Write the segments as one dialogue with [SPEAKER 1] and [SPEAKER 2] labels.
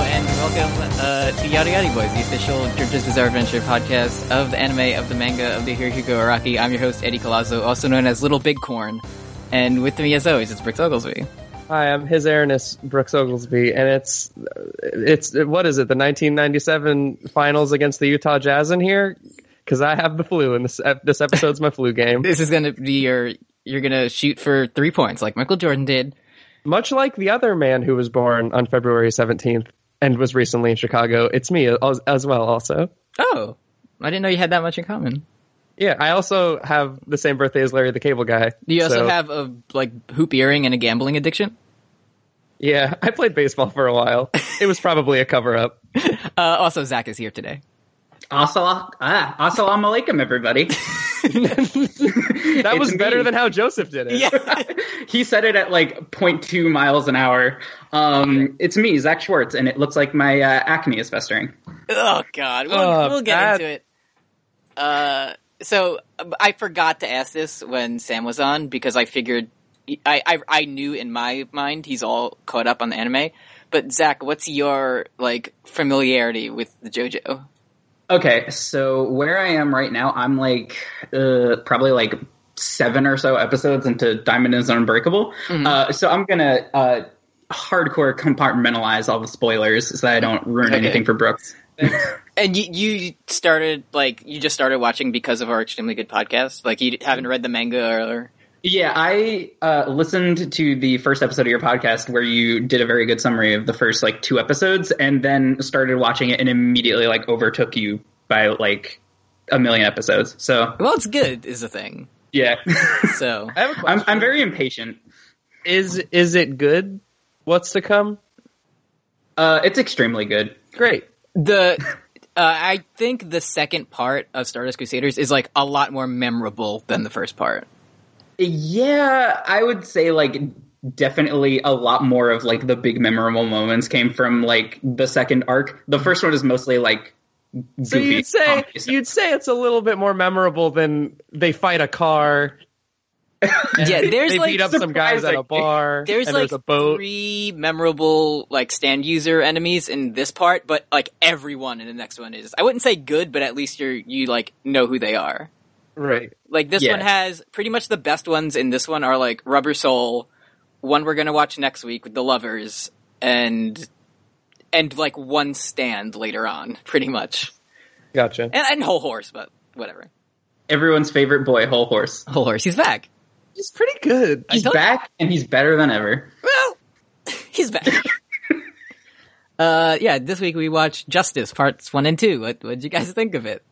[SPEAKER 1] welcome uh, to Yada Yada Boys, the official JoJo's Bizarre Adventure podcast of the anime, of the manga, of the Hiro Hugo Araki. I'm your host, Eddie Colazzo, also known as Little Big Corn. And with me, as always, it's Brooks Oglesby.
[SPEAKER 2] Hi, I'm His Airness Brooks Oglesby, and it's it's what is it? The 1997 finals against the Utah Jazz in here because I have the flu, and this ep- this episode's my flu game.
[SPEAKER 1] This is going to be your, you're going to shoot for three points like Michael Jordan did.
[SPEAKER 2] Much like the other man who was born on February 17th and was recently in Chicago, it's me as, as well. Also,
[SPEAKER 1] Oh, I didn't know you had that much in common.
[SPEAKER 2] yeah, I also have the same birthday as Larry the Cable Guy.
[SPEAKER 1] Do you also
[SPEAKER 2] so-
[SPEAKER 1] have a, like, hoop earring and a gambling addiction?
[SPEAKER 2] Yeah, I played baseball for a while. It was probably a cover up.
[SPEAKER 1] Uh, also, Zach is here today.
[SPEAKER 3] Also, ah, assalamu alaikum, everybody.
[SPEAKER 2] That
[SPEAKER 3] that
[SPEAKER 2] was better than how Joseph did it.
[SPEAKER 3] he said it at like 0.2 miles an hour. Um, it's me, Zach Schwartz, and it looks like my uh, acne is festering.
[SPEAKER 1] Oh God, we'll,
[SPEAKER 2] Oh,
[SPEAKER 1] we'll get
[SPEAKER 2] that-
[SPEAKER 1] into it. Uh, so uh, I forgot to ask this when Sam was on because I figured I, I I knew in my mind he's all caught up on the anime. But Zach, what's your like familiarity with the JoJo?
[SPEAKER 3] Okay, so where I am right now, I'm like uh, probably like seven or so episodes into Diamond is Unbreakable. Uh, so I'm gonna uh, hardcore compartmentalize all the spoilers so I don't ruin
[SPEAKER 1] Okay.
[SPEAKER 3] anything for Brooks.
[SPEAKER 1] And you you started like you just started watching because of our extremely good podcast. Like you haven't read the manga or
[SPEAKER 3] Yeah, I uh, listened to the first episode of your podcast where you did a very good summary of the first like two episodes, and then started watching it and immediately like overtook you by like a million episodes. So
[SPEAKER 1] well, it's good is the thing.
[SPEAKER 3] yeah,
[SPEAKER 1] So
[SPEAKER 2] I have a question.
[SPEAKER 3] I'm I'm very impatient.
[SPEAKER 2] is is it good? What's to come?
[SPEAKER 3] Uh, it's extremely good.
[SPEAKER 2] Great.
[SPEAKER 1] the uh, I think the second part of Stardust Crusaders is like a lot more memorable than the first part.
[SPEAKER 3] Yeah, I would say like definitely a lot more of like the big memorable moments came from like the second arc. The first one is mostly like goofy.
[SPEAKER 2] So you'd say
[SPEAKER 3] comedy stuff.
[SPEAKER 2] you'd say it's a little bit more memorable than they fight a car. and
[SPEAKER 1] Yeah,
[SPEAKER 2] they-
[SPEAKER 1] there's
[SPEAKER 2] they
[SPEAKER 1] like
[SPEAKER 2] beat up some guys at a
[SPEAKER 3] surprising.
[SPEAKER 2] bar.
[SPEAKER 1] there's
[SPEAKER 2] and
[SPEAKER 1] like
[SPEAKER 2] there's a boat.
[SPEAKER 1] three memorable like stand user enemies in this part, but like everyone in the next one is I wouldn't say good, but at least you're you like know who they are.
[SPEAKER 2] Right.
[SPEAKER 1] Like this
[SPEAKER 3] Yeah.
[SPEAKER 1] one has pretty much the best ones in this one are like Rubber Soul, one we're gonna watch next week with the lovers, and and like one stand later on, pretty much.
[SPEAKER 2] Gotcha.
[SPEAKER 1] And, and whole horse, but whatever.
[SPEAKER 3] everyone's favorite boy, Whole Horse.
[SPEAKER 1] Whole horse, he's back.
[SPEAKER 2] He's pretty good.
[SPEAKER 1] I
[SPEAKER 3] He's
[SPEAKER 1] told-
[SPEAKER 3] back and he's better than ever.
[SPEAKER 1] Well, he's back. uh, yeah, this week we watched Justice Parts 1 and 2. What did you guys think of it?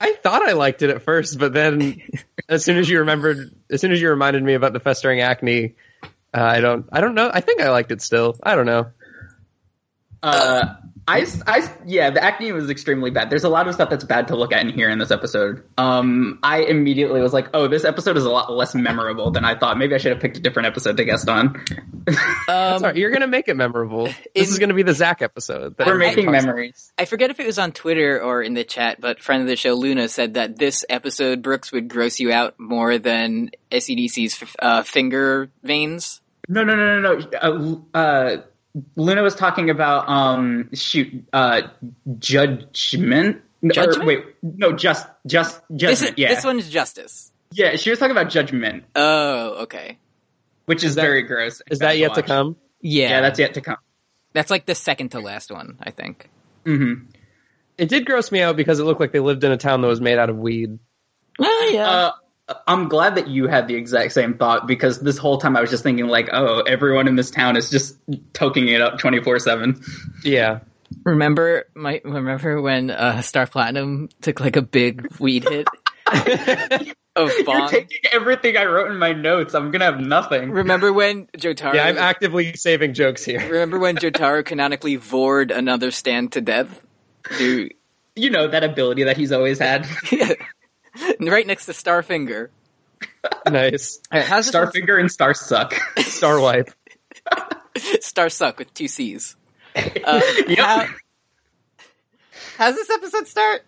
[SPEAKER 2] I thought I liked it at first, but then as soon as you remembered, as soon as you reminded me about the festering acne, uh, I don't. I don't know. I think I liked it still. I don't know.
[SPEAKER 3] Uh, I, I, yeah, the acne was extremely bad. There's a lot of stuff that's bad to look at in here in this episode. Um, I immediately was like, oh, this episode is a lot less memorable than I thought. Maybe I should have picked a different episode to guest on.
[SPEAKER 1] Um,
[SPEAKER 2] Sorry, you're gonna make it memorable.
[SPEAKER 1] in-
[SPEAKER 2] this is gonna be the Zach episode. that
[SPEAKER 3] We're
[SPEAKER 2] everybody
[SPEAKER 3] making
[SPEAKER 2] talks about.
[SPEAKER 3] memories.
[SPEAKER 1] I forget if it was on Twitter or in the chat, but friend of the show Luna said that this episode, Brooks, would gross you out more than SEDC's f- uh, finger veins.
[SPEAKER 3] No, no, no, no, no. Uh, uh, Luna was talking about um, shoot, uh, judgment. Or,
[SPEAKER 1] Judgment?
[SPEAKER 3] wait, no, just, just
[SPEAKER 1] This, is,
[SPEAKER 3] judgment. yeah,
[SPEAKER 1] this one is Justice.
[SPEAKER 3] yeah. She was talking about judgment,
[SPEAKER 1] Oh, okay.
[SPEAKER 3] which is, very gross.
[SPEAKER 2] Is that yet to come?
[SPEAKER 1] Yeah,
[SPEAKER 3] Yeah, that's yet to come.
[SPEAKER 1] that's like the second to last one, I think.
[SPEAKER 3] hmm
[SPEAKER 2] It did gross me out because it looked like they lived in a town that was made out of weed.
[SPEAKER 1] Oh, yeah.
[SPEAKER 3] Uh, I'm glad that you had the exact same thought because this whole time I was just thinking like, oh, everyone in this town is just toking it up 24 seven.
[SPEAKER 2] Yeah.
[SPEAKER 1] Remember my remember when uh, Star Platinum took like a big weed hit of
[SPEAKER 3] You're
[SPEAKER 1] Bong.
[SPEAKER 3] taking everything I wrote in my notes. I'm gonna have nothing.
[SPEAKER 1] remember when Jotaro?
[SPEAKER 2] Yeah, I'm actively saving jokes here.
[SPEAKER 1] remember when Jotaro canonically vored another stand to death? Dude,
[SPEAKER 3] You know that ability that he's always had.
[SPEAKER 1] right next to Starfinger.
[SPEAKER 2] nice.
[SPEAKER 1] All right, how's this one-
[SPEAKER 3] Starfinger and Star Suck.
[SPEAKER 2] Star wipe.
[SPEAKER 1] Star Suck with two C's. Uh,
[SPEAKER 3] Yep.
[SPEAKER 1] how- how's this episode start?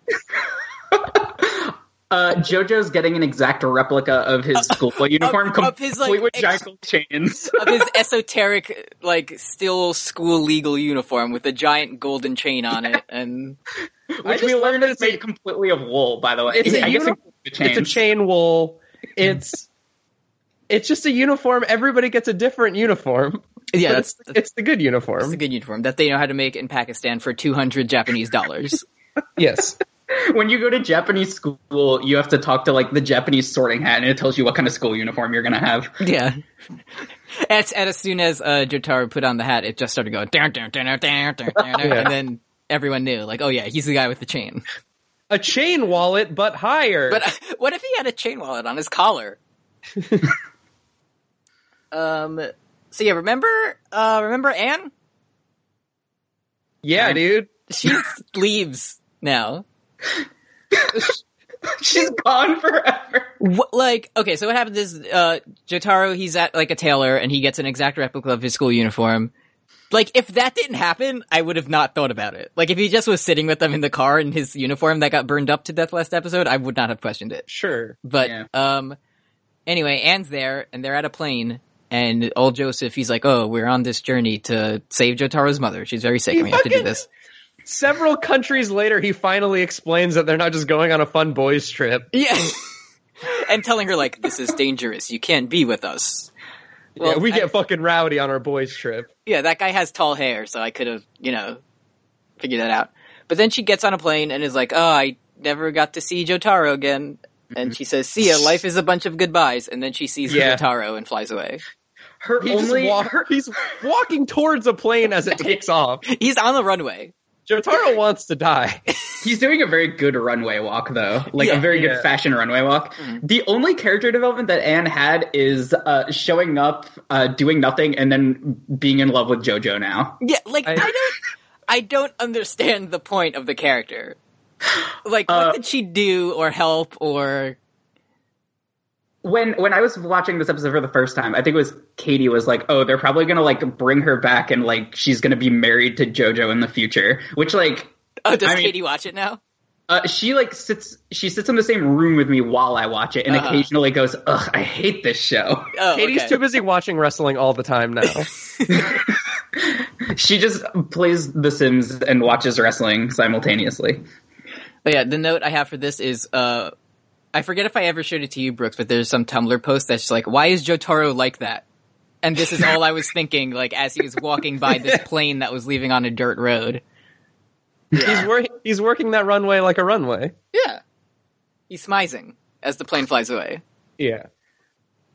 [SPEAKER 3] Uh, JoJo's getting an exact replica of his schoolboy
[SPEAKER 1] of-
[SPEAKER 3] uniform,
[SPEAKER 1] of
[SPEAKER 3] complete
[SPEAKER 1] his, like,
[SPEAKER 3] with
[SPEAKER 1] ex-
[SPEAKER 3] jackal chains.
[SPEAKER 1] of his esoteric, like, still school legal uniform with a giant golden chain on it, and
[SPEAKER 3] Which
[SPEAKER 2] just
[SPEAKER 3] we
[SPEAKER 2] love
[SPEAKER 3] learned
[SPEAKER 2] that
[SPEAKER 3] is
[SPEAKER 2] it's a-
[SPEAKER 3] made completely of wool, by the way.
[SPEAKER 2] It's a
[SPEAKER 3] I guess
[SPEAKER 2] uni-
[SPEAKER 3] it- the
[SPEAKER 2] It's a
[SPEAKER 3] chains.
[SPEAKER 2] chain wool. It's it's just a uniform. Everybody gets a different uniform.
[SPEAKER 1] yeah,
[SPEAKER 2] But
[SPEAKER 1] that's
[SPEAKER 2] it's, it's the good
[SPEAKER 1] that's a
[SPEAKER 2] uniform.
[SPEAKER 1] good uniform that they know how to make in Pakistan for two hundred Japanese dollars.
[SPEAKER 2] yes.
[SPEAKER 3] when you go to Japanese school, you have to talk to like the Japanese sorting hat, and it tells you what kind of school uniform you're gonna have.
[SPEAKER 1] Yeah. As, and as soon as uh, Jotaro put on the hat, it just started going, down, down, down, down, down, down, down, and then everyone knew, like, oh yeah, he's the guy with the chain.
[SPEAKER 2] A chain wallet, but higher.
[SPEAKER 1] But uh, what if he had a chain wallet on his collar? um. So yeah, remember, uh, remember Anne?
[SPEAKER 2] yeah, dude.
[SPEAKER 1] She leaves now.
[SPEAKER 3] She's gone forever.
[SPEAKER 1] What, like, okay, so what happens is, uh, Jotaro, he's at, like, a tailor, and he gets an exact replica of his school uniform. Like, if that didn't happen, I would have not thought about it. Like, if he just was sitting with them in the car in his uniform that got burned up to death last episode, I would not have questioned it.
[SPEAKER 2] Sure.
[SPEAKER 1] But,
[SPEAKER 3] Yeah.
[SPEAKER 1] um, anyway, Anne's there, and they're at a plane, and old Joseph, he's like, oh, we're on this journey to save Jotaro's mother. She's very sick,
[SPEAKER 2] He
[SPEAKER 1] and we have to do
[SPEAKER 2] fucking-
[SPEAKER 1] this.
[SPEAKER 2] Several countries later, he finally explains that they're not just going on a fun boys trip.
[SPEAKER 1] Yeah. and telling her, like, this is dangerous. You can't be with us.
[SPEAKER 2] yeah, we
[SPEAKER 1] I-
[SPEAKER 2] get fucking rowdy on our boys trip.
[SPEAKER 1] yeah, that guy has tall hair, so I could have, you know, figured that out. But then she gets on a plane and is like, oh, I never got to see Jotaro again. And she says, see ya, life is a bunch of goodbyes. And then she sees
[SPEAKER 2] Yeah.
[SPEAKER 1] Jotaro and flies away.
[SPEAKER 3] Her
[SPEAKER 2] He just
[SPEAKER 3] only
[SPEAKER 2] walk-
[SPEAKER 3] her,
[SPEAKER 2] he's walking towards a plane as it takes off.
[SPEAKER 1] He's on the runway.
[SPEAKER 2] Jotaro wants to die.
[SPEAKER 3] He's doing a very good runway walk, though, like
[SPEAKER 1] Yeah.
[SPEAKER 3] a very
[SPEAKER 2] Yeah.
[SPEAKER 3] good fashion runway walk.
[SPEAKER 1] Mhm.
[SPEAKER 3] The only character development that Anne had is uh, showing up, uh, doing nothing, and then being in love with JoJo. Now,
[SPEAKER 1] Yeah, like, I,
[SPEAKER 2] I-
[SPEAKER 1] don't, I don't understand the point of the character. Like,
[SPEAKER 3] Uh,
[SPEAKER 1] what did she do or help or,
[SPEAKER 3] when when I was watching this episode for the first time, I think it was Katie was like, "Oh, they're probably gonna like bring her back, and like she's gonna be married to JoJo in the future," which like
[SPEAKER 1] oh, does
[SPEAKER 3] I mean-
[SPEAKER 1] Katie watch it now?
[SPEAKER 3] Uh, she like sits. She sits in the same room with me while I watch it, and
[SPEAKER 1] Uh-huh.
[SPEAKER 3] occasionally goes, "Ugh, I hate this show."
[SPEAKER 1] Oh,
[SPEAKER 2] Katie's
[SPEAKER 1] okay.
[SPEAKER 2] too busy watching wrestling all the time now.
[SPEAKER 3] she just plays The Sims and watches wrestling simultaneously.
[SPEAKER 1] But yeah, the note I have for this is, uh, I forget if I ever showed it to you, Brooks, but there's some Tumblr post that's just like, why is Jotaro like that? And this is all I was thinking, like, as he was walking by this plane that was leaving on a dirt road.
[SPEAKER 2] He's wor- he's working that runway like a runway.
[SPEAKER 1] Yeah. He's smizing as the plane flies away.
[SPEAKER 2] Yeah.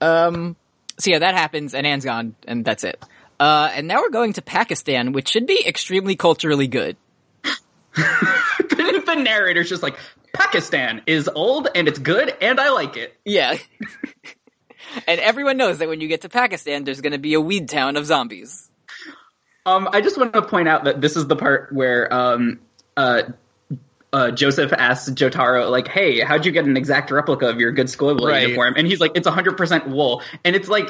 [SPEAKER 1] Um, so yeah, that happens, and Anne's gone, and that's it. Uh, and now we're going to Pakistan, which should be extremely culturally good.
[SPEAKER 3] the narrator's just like, "Pakistan is old and it's good, and I like it."
[SPEAKER 1] Yeah. and everyone knows that when you get to Pakistan, there's gonna be a weed town of zombies.
[SPEAKER 3] Um, I just want to point out that this is the part where um, uh, uh, Joseph asks Jotaro, like, "Hey, how'd you get an exact replica of your good school
[SPEAKER 2] Right.
[SPEAKER 3] uniform?" And he's like, "It's 100 percent wool," and it's like,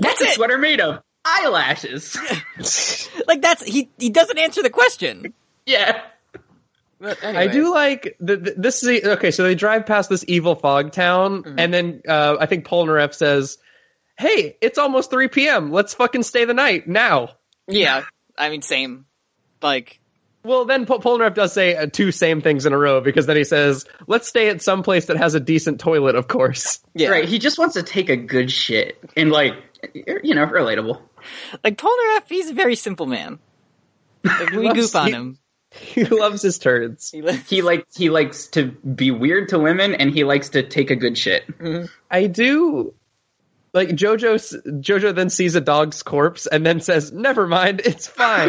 [SPEAKER 1] That's
[SPEAKER 3] "What's a
[SPEAKER 1] it!
[SPEAKER 3] sweater made of?" Eyelashes.
[SPEAKER 1] Like that's he he doesn't answer the question.
[SPEAKER 3] yeah.
[SPEAKER 2] I do like the, the, this. Is, okay, so they drive past this evil fog town, and then uh, I think Polnareff says, "Hey, it's almost three p.m. Let's fucking stay the night now."
[SPEAKER 1] Yeah, I mean, same. Like,
[SPEAKER 2] Well, then Pol- Polnareff does say uh, two same things in a row because then he says, "Let's stay at some place that has a decent toilet." Of course,
[SPEAKER 1] yeah,
[SPEAKER 3] Right. He just wants to take a good shit and like you know, relatable.
[SPEAKER 1] like Polnareff, he's a very simple man. Like, we
[SPEAKER 2] loves-
[SPEAKER 1] goop on
[SPEAKER 2] he-
[SPEAKER 1] him.
[SPEAKER 2] he loves his turds.
[SPEAKER 1] He li-
[SPEAKER 3] He likes he likes to be weird to women and he likes to take a good shit.
[SPEAKER 2] I do. Like JoJo, s- JoJo then sees a dog's corpse and then says, "Never mind, it's fine."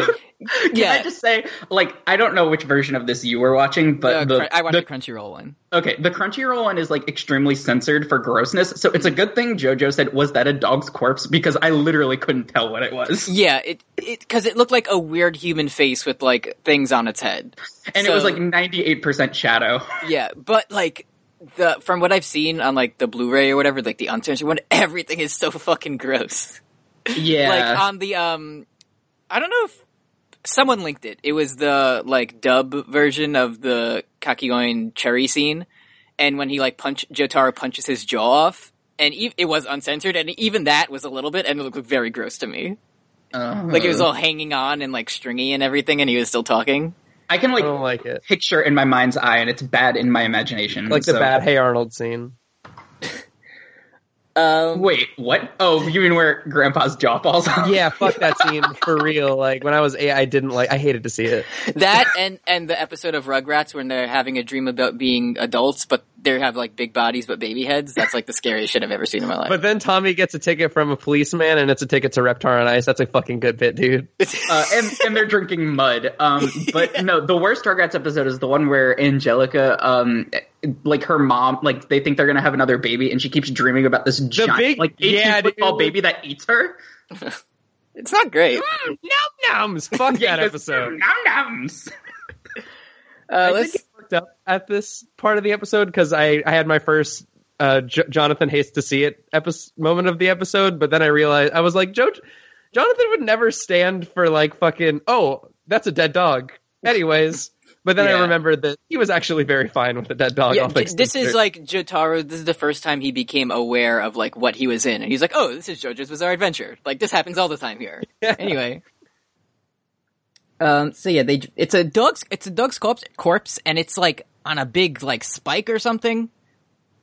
[SPEAKER 3] Can
[SPEAKER 1] yeah,
[SPEAKER 3] I just say, like, I don't know which version of this you were watching, but
[SPEAKER 1] Uh,
[SPEAKER 3] the,
[SPEAKER 1] Cr- I watched
[SPEAKER 3] the
[SPEAKER 1] the Crunchyroll one.
[SPEAKER 3] okay, the Crunchyroll one is like extremely censored for grossness. So it's a good thing JoJo said, "Was that a dog's corpse?" Because I literally couldn't tell what it was,
[SPEAKER 1] Yeah, it it because it looked like a weird human face with like things on its head.
[SPEAKER 3] and it was
[SPEAKER 1] So-
[SPEAKER 3] like ninety eight percent shadow.
[SPEAKER 1] Yeah, but like the from what I've seen on like the Blu-ray or whatever, like the uncensored one, everything is so fucking gross.
[SPEAKER 3] yeah,
[SPEAKER 1] like on the um i don't know if someone linked it it was the like dub version of the kakigoin cherry scene and when he like punch Jotaro punches his jaw off, and e- it was uncensored, and even that was a little bit, and it looked very gross to me.
[SPEAKER 3] Uh,
[SPEAKER 1] Like it was all hanging on and like stringy and everything, and he was still talking.
[SPEAKER 3] I can
[SPEAKER 2] I
[SPEAKER 3] like
[SPEAKER 1] Oh.
[SPEAKER 2] don't like it.
[SPEAKER 3] picture in my mind's eye, and it's bad in my imagination.
[SPEAKER 2] Like the
[SPEAKER 3] so-
[SPEAKER 2] bad Hey Arnold scene.
[SPEAKER 1] Um,
[SPEAKER 3] Wait, what? Oh, you mean where Grandpa's jaw falls off?
[SPEAKER 2] Yeah, fuck that scene for real. Like when I was eight, I didn't like. I hated to see it.
[SPEAKER 1] that and and the episode of Rugrats when they're having a dream about being adults, but they have like big bodies but baby heads. That's like the scariest shit I've ever seen in my life.
[SPEAKER 2] But then Tommy gets a ticket from a policeman, and it's a ticket to Reptar on Ice. That's a fucking good bit, dude.
[SPEAKER 3] Uh, and, and they're drinking mud. Um, but no, the worst Rugrats episode is the one where Angelica, um, like her mom, like they think they're gonna have another baby, and she keeps dreaming about this giant,
[SPEAKER 2] big-
[SPEAKER 3] like eighteen
[SPEAKER 2] yeah,
[SPEAKER 3] foot tall
[SPEAKER 2] dude.
[SPEAKER 3] baby that eats her.
[SPEAKER 1] it's not great. Uh,
[SPEAKER 2] Nom noms. Fuck that
[SPEAKER 3] just,
[SPEAKER 2] episode.
[SPEAKER 3] Nom noms.
[SPEAKER 1] Uh,
[SPEAKER 2] I did
[SPEAKER 1] let's
[SPEAKER 2] get worked up at this part of the episode because I, I had my first uh, J- Jonathan hates to see it episode, moment of the episode, but then I realized I was like, jo- Jonathan would never stand for like fucking. Oh, that's a dead dog. Anyways, but then
[SPEAKER 3] Yeah.
[SPEAKER 2] I remembered that he was actually very fine with a dead
[SPEAKER 3] Oh,
[SPEAKER 2] dog.
[SPEAKER 1] Yeah,
[SPEAKER 2] all
[SPEAKER 1] j-
[SPEAKER 2] things
[SPEAKER 1] this is
[SPEAKER 2] considered.
[SPEAKER 1] like Jotaro. This is the first time he became aware of like what he was in, and he's like, "Oh, this is JoJo's Bizarre Adventure." Like this happens all the time here.
[SPEAKER 2] Yeah.
[SPEAKER 1] Anyway, um, so yeah, they it's a dog's it's a dog's corpse, corpse, and it's like on a big like spike or something.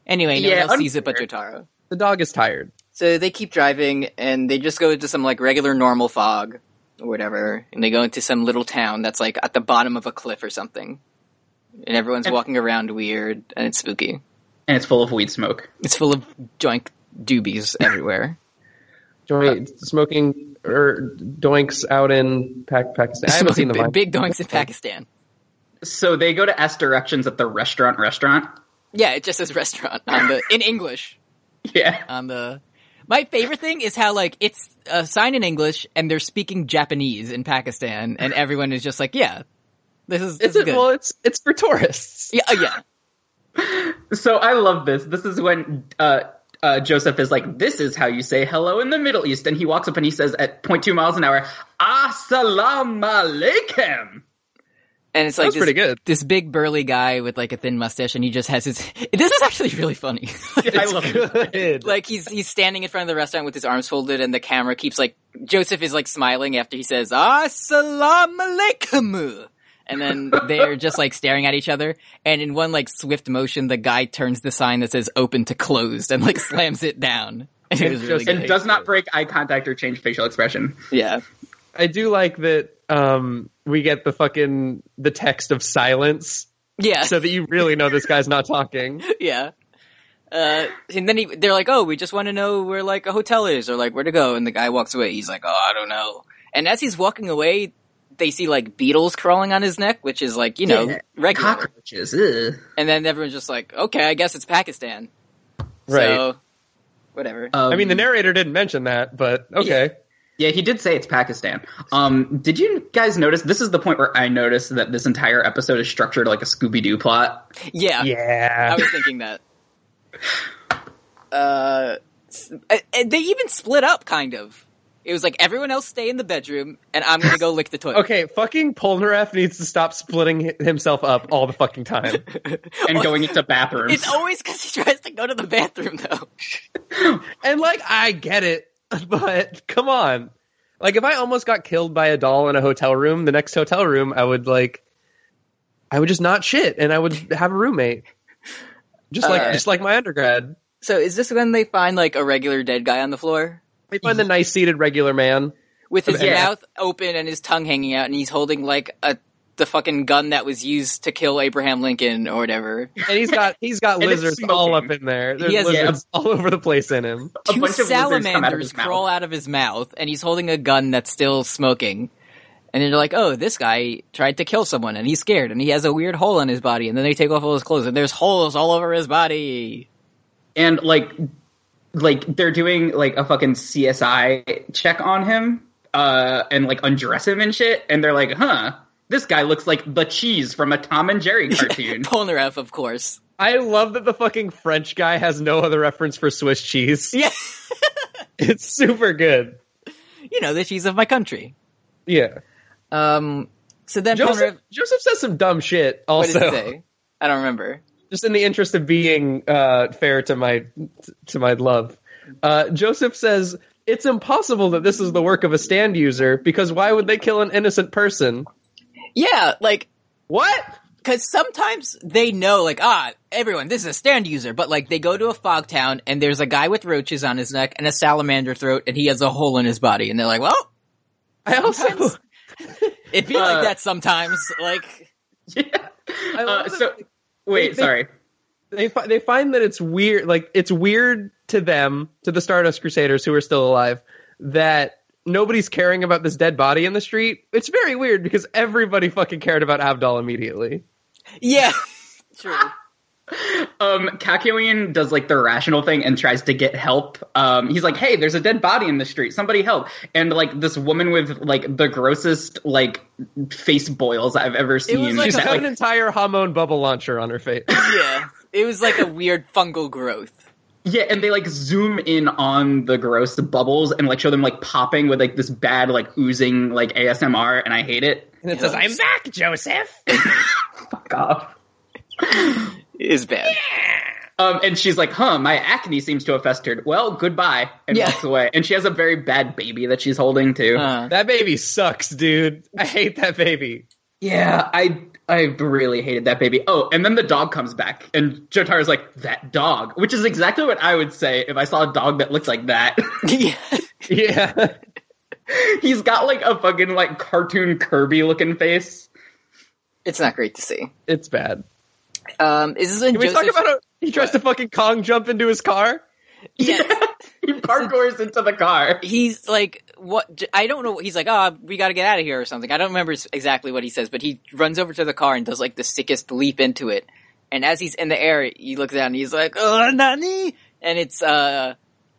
[SPEAKER 1] Anyway, no
[SPEAKER 3] Yeah,
[SPEAKER 1] one else sees it but
[SPEAKER 3] unfair.
[SPEAKER 1] Jotaro.
[SPEAKER 2] the dog is tired.
[SPEAKER 1] So they keep driving, and they just go into some like regular normal fog or whatever, and they go into some little town that's like at the bottom of a cliff or something, and everyone's walking around weird, and it's spooky.
[SPEAKER 3] And it's full of weed smoke.
[SPEAKER 1] It's full of joink doobies everywhere.
[SPEAKER 2] Joint smoking or doinks out in Pac- Pakistan. I haven't seen the
[SPEAKER 1] big,
[SPEAKER 2] vine.
[SPEAKER 1] big doinks in Pakistan.
[SPEAKER 3] So they go to ask directions at the restaurant. Restaurant.
[SPEAKER 1] Yeah, it just says restaurant on the in English
[SPEAKER 3] Yeah.
[SPEAKER 1] on the. My favorite thing is how like it's a sign in English and they're speaking Japanese in Pakistan, and everyone is just like, "Yeah, this is this
[SPEAKER 2] It's
[SPEAKER 1] is
[SPEAKER 2] a,
[SPEAKER 1] good."
[SPEAKER 2] well, it's it's for tourists.
[SPEAKER 1] yeah, uh, yeah.
[SPEAKER 3] So I love this. This is when uh, uh, Joseph is like, "This is how you say hello in the Middle East," and he walks up and he says at 0.2 miles an hour, "Assalamu alaikum."
[SPEAKER 1] And it's
[SPEAKER 2] That
[SPEAKER 1] like
[SPEAKER 2] was
[SPEAKER 1] this,
[SPEAKER 2] pretty good.
[SPEAKER 1] This big burly guy with like a thin mustache, and he just has his. This is actually really funny.
[SPEAKER 3] I love it.
[SPEAKER 2] Good.
[SPEAKER 1] like he's he's standing in front of the restaurant with his arms folded and the camera keeps like Joseph is like smiling after he says Assalamu alaikum and then they're just like staring at each other and in one like swift motion the guy turns the sign that says open to closed and like slams it down. And it was really
[SPEAKER 2] Joseph-
[SPEAKER 1] good.
[SPEAKER 3] and does not break eye contact or change facial expression.
[SPEAKER 1] Yeah.
[SPEAKER 2] I do like that um, we get the fucking the text of silence
[SPEAKER 1] Yeah.
[SPEAKER 2] so that you really know this guy's not talking.
[SPEAKER 1] yeah. Uh, and then he, they're like, "Oh, we just want to know where like a hotel is, or like where to go." And the guy walks away. He's like, "Oh, I don't know." And as he's walking away, they see like beetles crawling on his neck, which is like you know
[SPEAKER 3] Yeah.
[SPEAKER 1] regular.
[SPEAKER 3] Cockroaches. Ugh.
[SPEAKER 1] And then everyone's just like, "Okay, I guess it's Pakistan." So, whatever.
[SPEAKER 3] Um,
[SPEAKER 2] I mean, the narrator didn't mention that, but okay.
[SPEAKER 3] yeah, he did say it's Pakistan. Um, did you guys notice? This is the point where I noticed that this entire episode is structured like a Scooby Doo plot.
[SPEAKER 1] yeah, I
[SPEAKER 2] Yeah.
[SPEAKER 1] was thinking that. Uh, s- and- and they even split up, kind of. It was like everyone else stay in the bedroom, and I'm gonna go lick the toilet.
[SPEAKER 2] Okay, fucking Polnareff needs to stop splitting hi- himself up all the fucking time.
[SPEAKER 3] And going into bathrooms.
[SPEAKER 1] It's always because he tries to go to the bathroom, though.
[SPEAKER 2] And like, I get it, but come on. Like, if I almost got killed by a doll in a hotel room, the next hotel room, I would like, I would just not shit, and I would have a roommate, just like
[SPEAKER 1] Uh,
[SPEAKER 2] just like my undergrad.
[SPEAKER 1] So is this when they find like a regular dead guy on the floor
[SPEAKER 2] They find the nice seated regular man.
[SPEAKER 1] with his
[SPEAKER 3] Yeah.
[SPEAKER 1] mouth open and his tongue hanging out, and he's holding like a the fucking gun that was used to kill Abraham Lincoln or whatever?
[SPEAKER 2] and he's got he's got
[SPEAKER 3] And it's
[SPEAKER 2] lizards all up
[SPEAKER 3] smoking.
[SPEAKER 2] in there. There's
[SPEAKER 1] He has-
[SPEAKER 2] lizards all over the place in him.
[SPEAKER 3] a
[SPEAKER 1] Two
[SPEAKER 3] bunch of lizards come out of
[SPEAKER 1] salamanders
[SPEAKER 3] his mouth.
[SPEAKER 1] crawl out of his mouth, and he's holding a gun that's still smoking. And they're like, "Oh, this guy tried to kill someone, and he's scared, and he has a weird hole in his body." And then they take off all his clothes, and there's holes all over his body.
[SPEAKER 3] and like like they're doing like a fucking CSI check on him uh and like undress him and shit and they're like huh this guy looks like the cheese from a Tom and Jerry cartoon
[SPEAKER 1] Polnareff, of course.
[SPEAKER 2] I love that the fucking French guy has no other reference for Swiss cheese.
[SPEAKER 1] Yeah,
[SPEAKER 2] It's super good.
[SPEAKER 1] you know the cheese of my country.
[SPEAKER 2] Yeah.
[SPEAKER 1] Um, so then
[SPEAKER 2] Joseph
[SPEAKER 1] Polnareff,
[SPEAKER 2] Joseph says some dumb shit
[SPEAKER 1] what did
[SPEAKER 2] also.
[SPEAKER 1] he say? I don't remember.
[SPEAKER 2] just in the interest of being uh, fair to my to my love. Uh, Joseph says it's impossible that this is the work of a stand user because why would they kill an innocent person?
[SPEAKER 1] Yeah, like
[SPEAKER 2] What?
[SPEAKER 1] because sometimes they know, like, ah, everyone, this is a stand user, but like they go to a fog town and there's a guy with roaches on his neck and a salamander throat and he has a hole in his body and they're like, well,
[SPEAKER 2] I also
[SPEAKER 1] Sometimes- it'd be like
[SPEAKER 3] Uh.
[SPEAKER 1] that sometimes. Like,
[SPEAKER 2] I love
[SPEAKER 3] Uh,
[SPEAKER 2] that
[SPEAKER 3] so wait,
[SPEAKER 2] they-
[SPEAKER 3] sorry.
[SPEAKER 2] they fi- they find that it's weird like it's weird to them to the Stardust Crusaders who are still alive that nobody's caring about this dead body in the street. It's very weird because everybody fucking cared about Abdal immediately.
[SPEAKER 1] yeah, true.
[SPEAKER 3] Um, Kakyoin does like the rational thing and tries to get help. Um, he's like, "Hey, there's a dead body in the street. Somebody help!" And like this woman with like the grossest like face boils I've ever seen.
[SPEAKER 1] was, like,
[SPEAKER 2] She's
[SPEAKER 1] a-
[SPEAKER 3] that,
[SPEAKER 2] got an entire hormone bubble launcher on her face.
[SPEAKER 1] Yeah, it was like a weird fungal growth.
[SPEAKER 3] yeah, and they like zoom in on the gross bubbles and like show them like popping with like this bad like oozing like ASMR, and I hate it.
[SPEAKER 2] And it says, "I'm back, Joseph."
[SPEAKER 3] Fuck off.
[SPEAKER 1] It is bad.
[SPEAKER 3] Um, and she's like, "Huh, my acne seems to have festered. Well, goodbye," and
[SPEAKER 1] Yeah.
[SPEAKER 3] walks away. And she has a very bad baby that she's holding too.
[SPEAKER 1] Uh,
[SPEAKER 2] That baby sucks, dude. I hate that baby.
[SPEAKER 3] Yeah, I I really hated that baby. Oh, and then the dog comes back, and Jotaro's like, that dog, which is exactly what I would say if I saw a dog that looks like that.
[SPEAKER 1] yeah,
[SPEAKER 2] Yeah.
[SPEAKER 3] He's got like a fucking like cartoon Kirby looking face.
[SPEAKER 1] it's not great to see.
[SPEAKER 2] It's bad.
[SPEAKER 1] Um, is this in
[SPEAKER 2] Can we
[SPEAKER 1] Joseph?
[SPEAKER 2] talk about how he tries to fucking Kong jump into his car?
[SPEAKER 1] yeah.
[SPEAKER 3] He parkours into the car.
[SPEAKER 1] he's like what j- i don't know he's like oh we gotta get out of here or something i don't remember s- exactly what he says but he runs over to the car and does like the sickest leap into it and as he's in the air he looks down and he's like oh nani and it's uh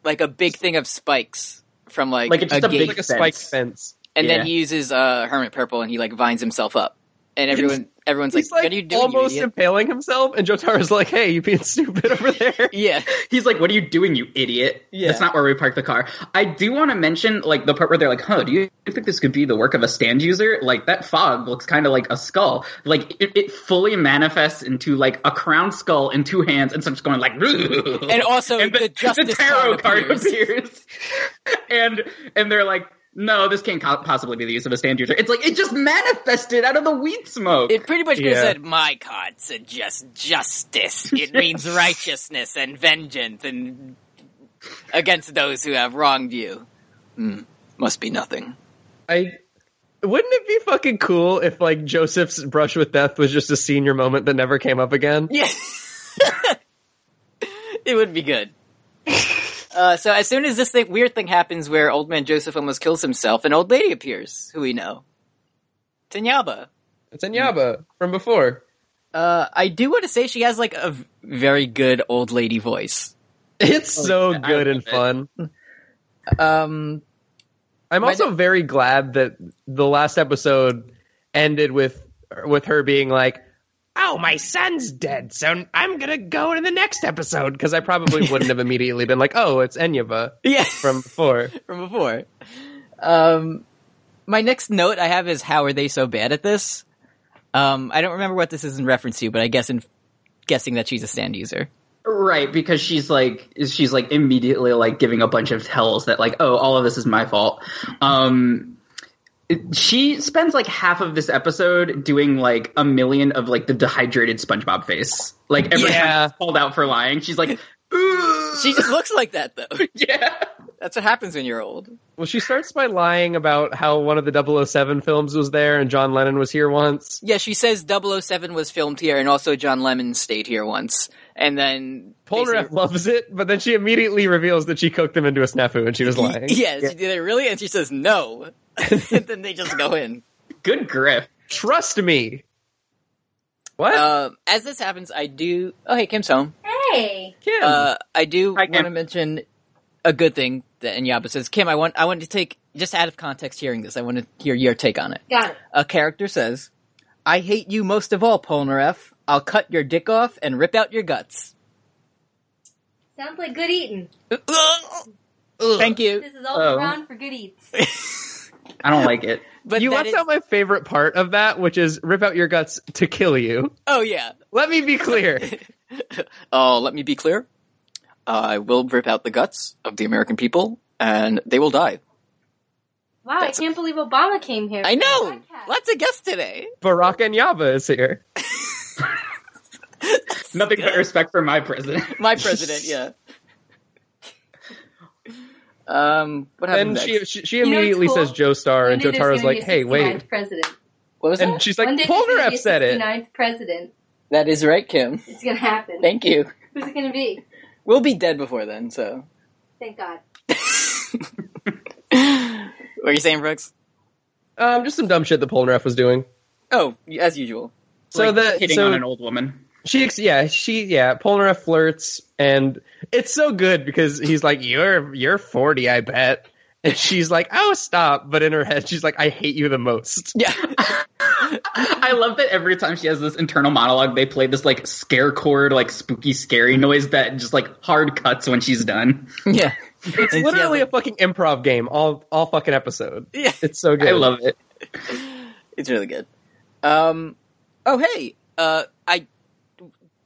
[SPEAKER 1] like a big thing of spikes from like,
[SPEAKER 3] Like, it's just
[SPEAKER 1] a
[SPEAKER 3] a
[SPEAKER 1] gate
[SPEAKER 2] It's like a spike fence.
[SPEAKER 1] and
[SPEAKER 3] yeah.
[SPEAKER 1] then he uses uh hermit purple and he like vines himself up and everyone everyone's like,
[SPEAKER 2] He's like,
[SPEAKER 1] what are you doing
[SPEAKER 2] almost
[SPEAKER 1] you idiot?"
[SPEAKER 2] impaling himself, and Jotaro's like, "Hey, you being stupid over there?"
[SPEAKER 1] yeah
[SPEAKER 3] He's like, "What are you doing, you idiot?"
[SPEAKER 1] Yeah.
[SPEAKER 3] That's not where we parked the car. I do want to mention like the part where they're like, "Huh, do you think this could be the work of a stand user?" Like that fog looks kind of like a skull. Like it, it fully manifests into like a crown skull and two hands, and so I'm just going like, and
[SPEAKER 1] and also
[SPEAKER 3] and
[SPEAKER 1] the,
[SPEAKER 3] the,
[SPEAKER 1] justice
[SPEAKER 3] the tarot
[SPEAKER 1] card
[SPEAKER 3] card
[SPEAKER 1] appears.
[SPEAKER 3] appears, and and they're like. No, this can't co- possibly be the use of a stand user. It's like it just manifested out of the weed smoke.
[SPEAKER 1] It pretty much could have
[SPEAKER 2] Yeah.
[SPEAKER 1] said, "My card suggests justice. It means righteousness and vengeance, and against those who have wronged you." Hmm, must be nothing.
[SPEAKER 2] I wouldn't it be fucking cool if like Joseph's brush with death was just a senior moment that never came up again?
[SPEAKER 1] Yeah, it would be good. Uh, so as soon as this thing, weird thing happens, where old man Joseph almost kills himself, an old lady appears who we know, Tanyaba.
[SPEAKER 2] It's Anyaba from before.
[SPEAKER 1] Uh, I do want to say she has like a v- very good old lady voice.
[SPEAKER 2] It's
[SPEAKER 3] Oh,
[SPEAKER 2] so
[SPEAKER 3] yeah, I
[SPEAKER 2] good and
[SPEAKER 3] love it.
[SPEAKER 2] fun.
[SPEAKER 1] Um,
[SPEAKER 2] I'm
[SPEAKER 1] My
[SPEAKER 2] also very glad that the last episode ended with with her being like, "Oh, my son's dead, so I'm gonna go to the next episode." Because I probably wouldn't have immediately been like, "Oh, it's Enyaba
[SPEAKER 1] yeah.
[SPEAKER 2] from before."
[SPEAKER 1] from before. Um, my next note I have is how are they so bad at this? Um, I don't remember what this is in reference to, but I guess in guessing that she's a stand user.
[SPEAKER 3] Right, because she's like she's like immediately like giving a bunch of tells that like oh all of this is my fault. Um it- she spends like half of this episode doing like a million of like the dehydrated SpongeBob face. Like every
[SPEAKER 2] Yeah.
[SPEAKER 3] time she's called out for lying, she's like "Ooh."
[SPEAKER 1] She just looks like that though.
[SPEAKER 3] yeah.
[SPEAKER 1] That's what happens when you're old.
[SPEAKER 2] Well, she starts by lying about how one of the 007 films was there and John Lennon was here once.
[SPEAKER 1] Yeah, she says 007 was filmed here and also John Lemon stayed here once. And then
[SPEAKER 2] Polnareff loves it, but then she immediately reveals that she cooked him into a snafu and she was lying.
[SPEAKER 1] Yeah, she did it really and she says no. and then they just go in.
[SPEAKER 3] Good griff.
[SPEAKER 2] Trust me. What?
[SPEAKER 4] Uh,
[SPEAKER 1] Um, as this happens, I do Oh hey, Kim's home.
[SPEAKER 4] Hey.
[SPEAKER 2] Kim.
[SPEAKER 1] Uh, I do
[SPEAKER 3] Hi,
[SPEAKER 1] want
[SPEAKER 3] Kim.
[SPEAKER 1] to mention a good thing that Inyaba says. Kim, I want I want to take just out of context hearing this. I want to hear your take on it.
[SPEAKER 4] Got it.
[SPEAKER 1] A character says, "I hate you most of all, Polnareff. I'll cut your dick off and rip out your guts."
[SPEAKER 4] Sounds like good eating.
[SPEAKER 1] Thank you.
[SPEAKER 4] This is all
[SPEAKER 3] Oh.
[SPEAKER 4] around for good eats.
[SPEAKER 3] I don't like it.
[SPEAKER 1] But
[SPEAKER 2] you
[SPEAKER 1] that
[SPEAKER 2] left
[SPEAKER 1] is-
[SPEAKER 2] out my favorite part of that, which is rip out your guts to kill you.
[SPEAKER 1] oh yeah,
[SPEAKER 2] Let me be clear.
[SPEAKER 1] Uh, let me be clear. I will rip out the guts of the American people, and they will die.
[SPEAKER 4] Wow,
[SPEAKER 1] That's
[SPEAKER 4] I can't believe Obama came here.
[SPEAKER 1] I
[SPEAKER 4] for the
[SPEAKER 1] know.
[SPEAKER 4] podcast.
[SPEAKER 1] Lots of guests today.
[SPEAKER 2] Barack Anyaba is here.
[SPEAKER 3] Nothing but respect for my president.
[SPEAKER 1] My president, yeah. Um, what happened?
[SPEAKER 2] And
[SPEAKER 1] next?
[SPEAKER 2] she, she she
[SPEAKER 4] You know, it's
[SPEAKER 2] immediately
[SPEAKER 4] cool.
[SPEAKER 2] says Joe Star,
[SPEAKER 4] One
[SPEAKER 2] and
[SPEAKER 4] day there's
[SPEAKER 2] Jotaro's
[SPEAKER 4] gonna be
[SPEAKER 2] like,
[SPEAKER 4] a
[SPEAKER 2] "Hey, wait!"
[SPEAKER 4] 69th President.
[SPEAKER 1] what was
[SPEAKER 2] And
[SPEAKER 1] that?
[SPEAKER 2] she's
[SPEAKER 4] One
[SPEAKER 2] like,
[SPEAKER 4] day there's gonna
[SPEAKER 2] "Polnareff
[SPEAKER 4] be a
[SPEAKER 2] said it."
[SPEAKER 4] 69th president.
[SPEAKER 1] That is right, Kim.
[SPEAKER 4] It's gonna happen.
[SPEAKER 1] Thank you.
[SPEAKER 4] Who's it gonna be?
[SPEAKER 1] We'll be dead before then, so.
[SPEAKER 4] Thank God.
[SPEAKER 1] what are you saying, Brooks?
[SPEAKER 2] Um, just some dumb shit that Polnareff was doing.
[SPEAKER 1] Oh, as usual.
[SPEAKER 2] So
[SPEAKER 3] Like
[SPEAKER 2] the
[SPEAKER 3] hitting
[SPEAKER 2] so
[SPEAKER 3] on an old woman.
[SPEAKER 2] She, ex- yeah, she, yeah. Polnareff flirts, and it's so good because he's like, "You're, you're forty, I bet," and she's like, "Oh, stop!" But in her head, she's like, "I hate you the most."
[SPEAKER 1] Yeah.
[SPEAKER 3] I love that every time she has this internal monologue, they play this like scare chord, like spooky, scary noise that just like hard cuts when she's done.
[SPEAKER 1] yeah.
[SPEAKER 2] It's literally a fucking improv game all, all fucking episode.
[SPEAKER 1] Yeah.
[SPEAKER 2] It's so good.
[SPEAKER 3] I love it.
[SPEAKER 1] It's really good. Um, oh hey, uh, I,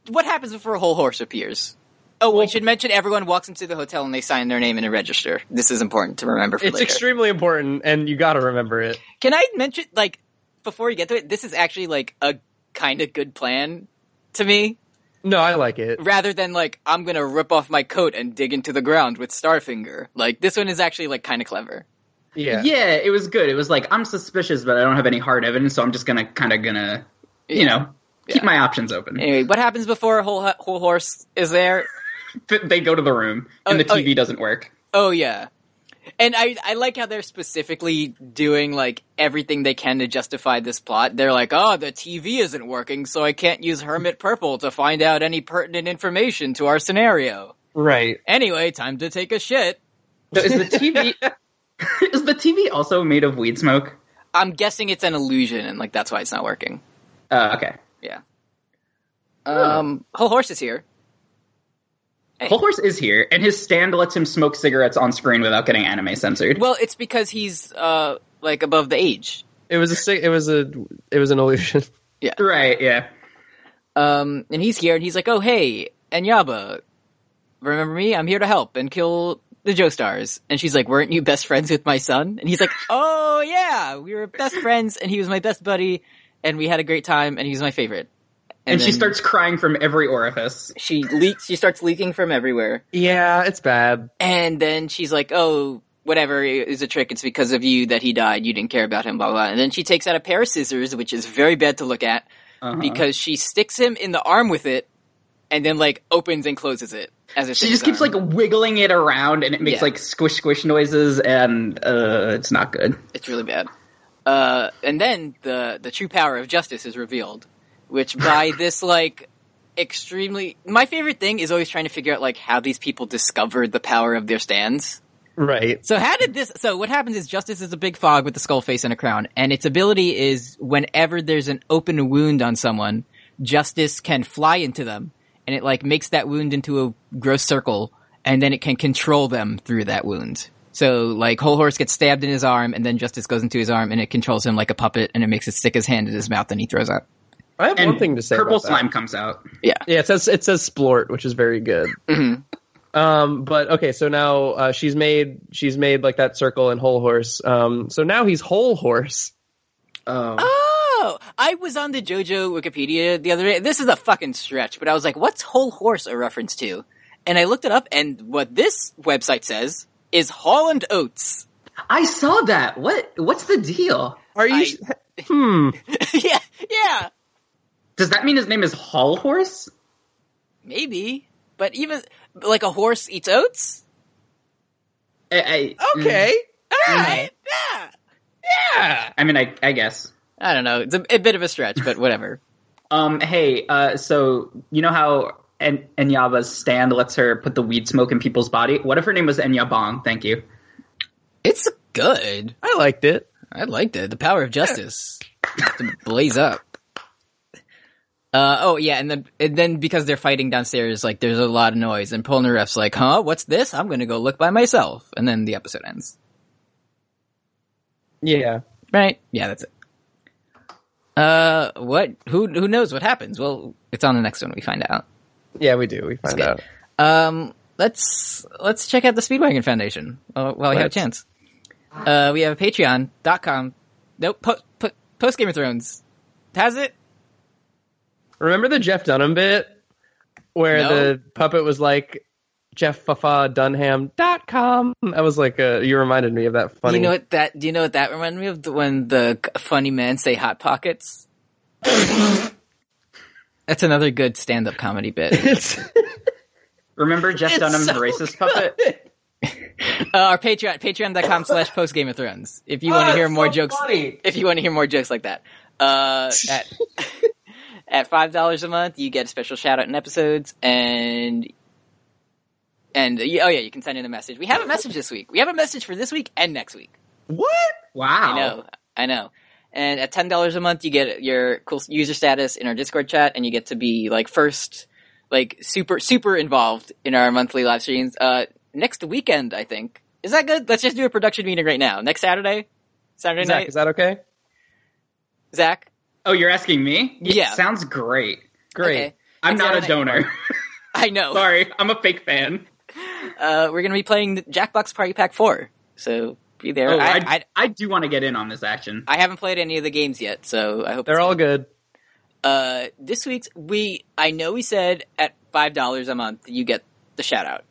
[SPEAKER 1] what happens before a whole horse appears? Oh, we should mention everyone walks into the hotel and they sign their name in a register. This is important to remember for
[SPEAKER 2] It's
[SPEAKER 1] later.
[SPEAKER 2] extremely important, and you got to remember it.
[SPEAKER 1] Can I mention, like, before you get to it, this is actually like a kind of good plan to me,
[SPEAKER 2] No, I like it.
[SPEAKER 1] rather than like I'm gonna rip off my coat and dig into the ground with Starfinger. Like this one is actually like kind of clever.
[SPEAKER 2] Yeah,
[SPEAKER 3] Yeah. it was good. It was like I'm suspicious, but I don't have any hard evidence, so I'm just gonna kind of gonna, you know, keep
[SPEAKER 1] Yeah.
[SPEAKER 3] my options open.
[SPEAKER 1] Anyway, what happens before a whole whole horse is there?
[SPEAKER 3] Th- They go to the room, and
[SPEAKER 1] Oh,
[SPEAKER 3] the
[SPEAKER 1] oh,
[SPEAKER 3] TV doesn't work.
[SPEAKER 1] Oh yeah. And I, I like how they're specifically doing like everything they can to justify this plot. They're like, oh, the TV isn't working, so I can't use Hermit Purple to find out any pertinent information to our scenario.
[SPEAKER 2] right.
[SPEAKER 1] Anyway, time to take a shit.
[SPEAKER 3] So is the TV? is the TV also made of weed smoke?
[SPEAKER 1] I'm guessing it's an illusion, and like that's why it's not working.
[SPEAKER 3] Uh, okay.
[SPEAKER 1] Yeah. Um, whole horse is here.
[SPEAKER 3] Whole Horse is here, and his stand lets him smoke cigarettes on screen without getting anime censored.
[SPEAKER 1] Well, it's because he's uh like above the age.
[SPEAKER 2] It was a, si- it was a, it was an illusion.
[SPEAKER 3] right? Yeah.
[SPEAKER 1] Um, and he's here, and he's like, "Oh, hey, Anyaba, remember me? I'm here to help and kill the Joe Stars." And she's like, "Weren't you best friends with my son?" And he's like, "Oh yeah, we were best friends, and he was my best buddy, and we had a great time, and he was my favorite."
[SPEAKER 3] And, she
[SPEAKER 1] then
[SPEAKER 3] starts crying from every orifice.
[SPEAKER 1] She leaks. She starts leaking from everywhere.
[SPEAKER 2] Yeah, it's bad.
[SPEAKER 1] And then she's like, "Oh, whatever it was a trick. It's because of you that he died. You didn't care about him." Blah blah. And then she takes out a pair of scissors, which is very bad to look at
[SPEAKER 3] Uh-huh.
[SPEAKER 1] because she sticks him in the arm with it, and then like opens and closes it as if
[SPEAKER 3] she just keeps like wiggling it around, and it makes
[SPEAKER 1] Yeah.
[SPEAKER 3] like squish squish noises, and uh, it's not good.
[SPEAKER 1] it's really bad. Uh, and then the the true power of justice is revealed, which by this like extremely my favorite thing is always trying to figure out like how these people discovered the power of their stands.
[SPEAKER 2] Right.
[SPEAKER 1] So how did this? So what happens is Justice is a big fog with a skull face and a crown, and its ability is whenever there's an open wound on someone, Justice can fly into them, and it like makes that wound into a gross circle, and then it can control them through that wound. So like Whole Horse gets stabbed in his arm, and then Justice goes into his arm, and it controls him like a puppet, and it makes it stick his hand in his mouth, and he throws up.
[SPEAKER 2] I have
[SPEAKER 3] And
[SPEAKER 2] one thing to say.
[SPEAKER 3] purple
[SPEAKER 2] about that.
[SPEAKER 3] slime comes out.
[SPEAKER 2] Yeah, it says it says splort, which is very good.
[SPEAKER 1] Mm-hmm.
[SPEAKER 2] Um, but okay, so now uh, she's made she's made like that circle and whole horse. Um, so now he's whole horse.
[SPEAKER 3] Oh,
[SPEAKER 1] Oh, I was on the JoJo Wikipedia the other day. This is a fucking stretch, but I was like, what's whole horse a reference to? And I looked it up and what this website says is Holland Oats.
[SPEAKER 3] I saw that. What? What's the deal?
[SPEAKER 2] Are you? hmm.
[SPEAKER 1] yeah, yeah,
[SPEAKER 3] Does that mean his name is Hall Horse?
[SPEAKER 1] maybe. But even, like a horse eats oats?
[SPEAKER 3] I, I, mm.
[SPEAKER 2] Okay.
[SPEAKER 1] Mm-hmm. Alright, yeah.
[SPEAKER 2] Yeah.
[SPEAKER 3] I mean, I, I guess.
[SPEAKER 1] I don't know. It's a, a bit of a stretch, but whatever.
[SPEAKER 3] Um, hey, uh, so you know how en- Enyaba's stand lets her put the weed smoke in people's body? What if her name was Enyabong? Thank you.
[SPEAKER 1] it's good.
[SPEAKER 2] I liked it.
[SPEAKER 1] I liked it. The power of justice to blaze up. Uh, oh yeah, and then and then because they're fighting downstairs, like there's a lot of noise, and Polnareff's like, "Huh, what's this? I'm gonna go look by myself." And then the episode ends.
[SPEAKER 2] Yeah.
[SPEAKER 1] Right? Yeah, that's it. Uh, what? Who? Who knows what happens? Well, it's on the next one. We find out.
[SPEAKER 2] Yeah, we do. We find
[SPEAKER 1] good.
[SPEAKER 2] out.
[SPEAKER 1] Um, let's let's check out the Speedwagon Foundation uh, while we have a
[SPEAKER 2] Let's.
[SPEAKER 1] chance. Uh, we have Patreon.com. Nope, po- po- post Game of Thrones has it.
[SPEAKER 2] Remember the Jeff Dunham bit where
[SPEAKER 1] No.
[SPEAKER 2] the puppet was like jefffafadunham.com? I was like, uh, you reminded me of that funny.
[SPEAKER 1] You know what that? Do you know what that reminded me of? The- When the g- funny men say "hot pockets." That's another good stand-up comedy bit.
[SPEAKER 2] it's
[SPEAKER 3] Remember Jeff
[SPEAKER 2] It's
[SPEAKER 3] Dunham's
[SPEAKER 2] so
[SPEAKER 3] racist puppet?
[SPEAKER 1] Uh, our Patreon, patreon.com slash post Game of Thrones. If you want to hear more jokes, if you want to hear more jokes like that, uh, at, at five dollars a month, you get a special shout out in episodes, and and oh yeah, you can send in a message. We have a message this week. We have a message for this week and next week.
[SPEAKER 2] What?
[SPEAKER 3] Wow.
[SPEAKER 1] I know, I know. And at ten dollars a month, you get your cool user status in our Discord chat, and you get to be like first, like super super involved in our monthly live streams. Uh, next weekend, I think is that good? Let's just do a production meeting right now. Next Saturday, Saturday
[SPEAKER 2] Zach,
[SPEAKER 1] night,
[SPEAKER 2] is that okay?
[SPEAKER 1] Zach.
[SPEAKER 3] Oh, you're asking me?
[SPEAKER 1] Yeah.
[SPEAKER 3] Sounds great.
[SPEAKER 2] Great.
[SPEAKER 1] Okay.
[SPEAKER 3] I'm
[SPEAKER 1] It's
[SPEAKER 3] not
[SPEAKER 1] Saturday.
[SPEAKER 3] a donor.
[SPEAKER 1] I know.
[SPEAKER 3] Sorry, I'm a fake fan.
[SPEAKER 1] Uh, we're gonna be playing the Jackbox Party Pack Four, so be there.
[SPEAKER 3] Oh,
[SPEAKER 1] I,
[SPEAKER 3] I,
[SPEAKER 1] I,
[SPEAKER 3] I do want to get in on this action.
[SPEAKER 1] I haven't played any of the games yet, so I hope
[SPEAKER 2] They're
[SPEAKER 1] it's
[SPEAKER 2] all good.
[SPEAKER 1] uh, this week's we I know we said at five dollars a month you get the shout out.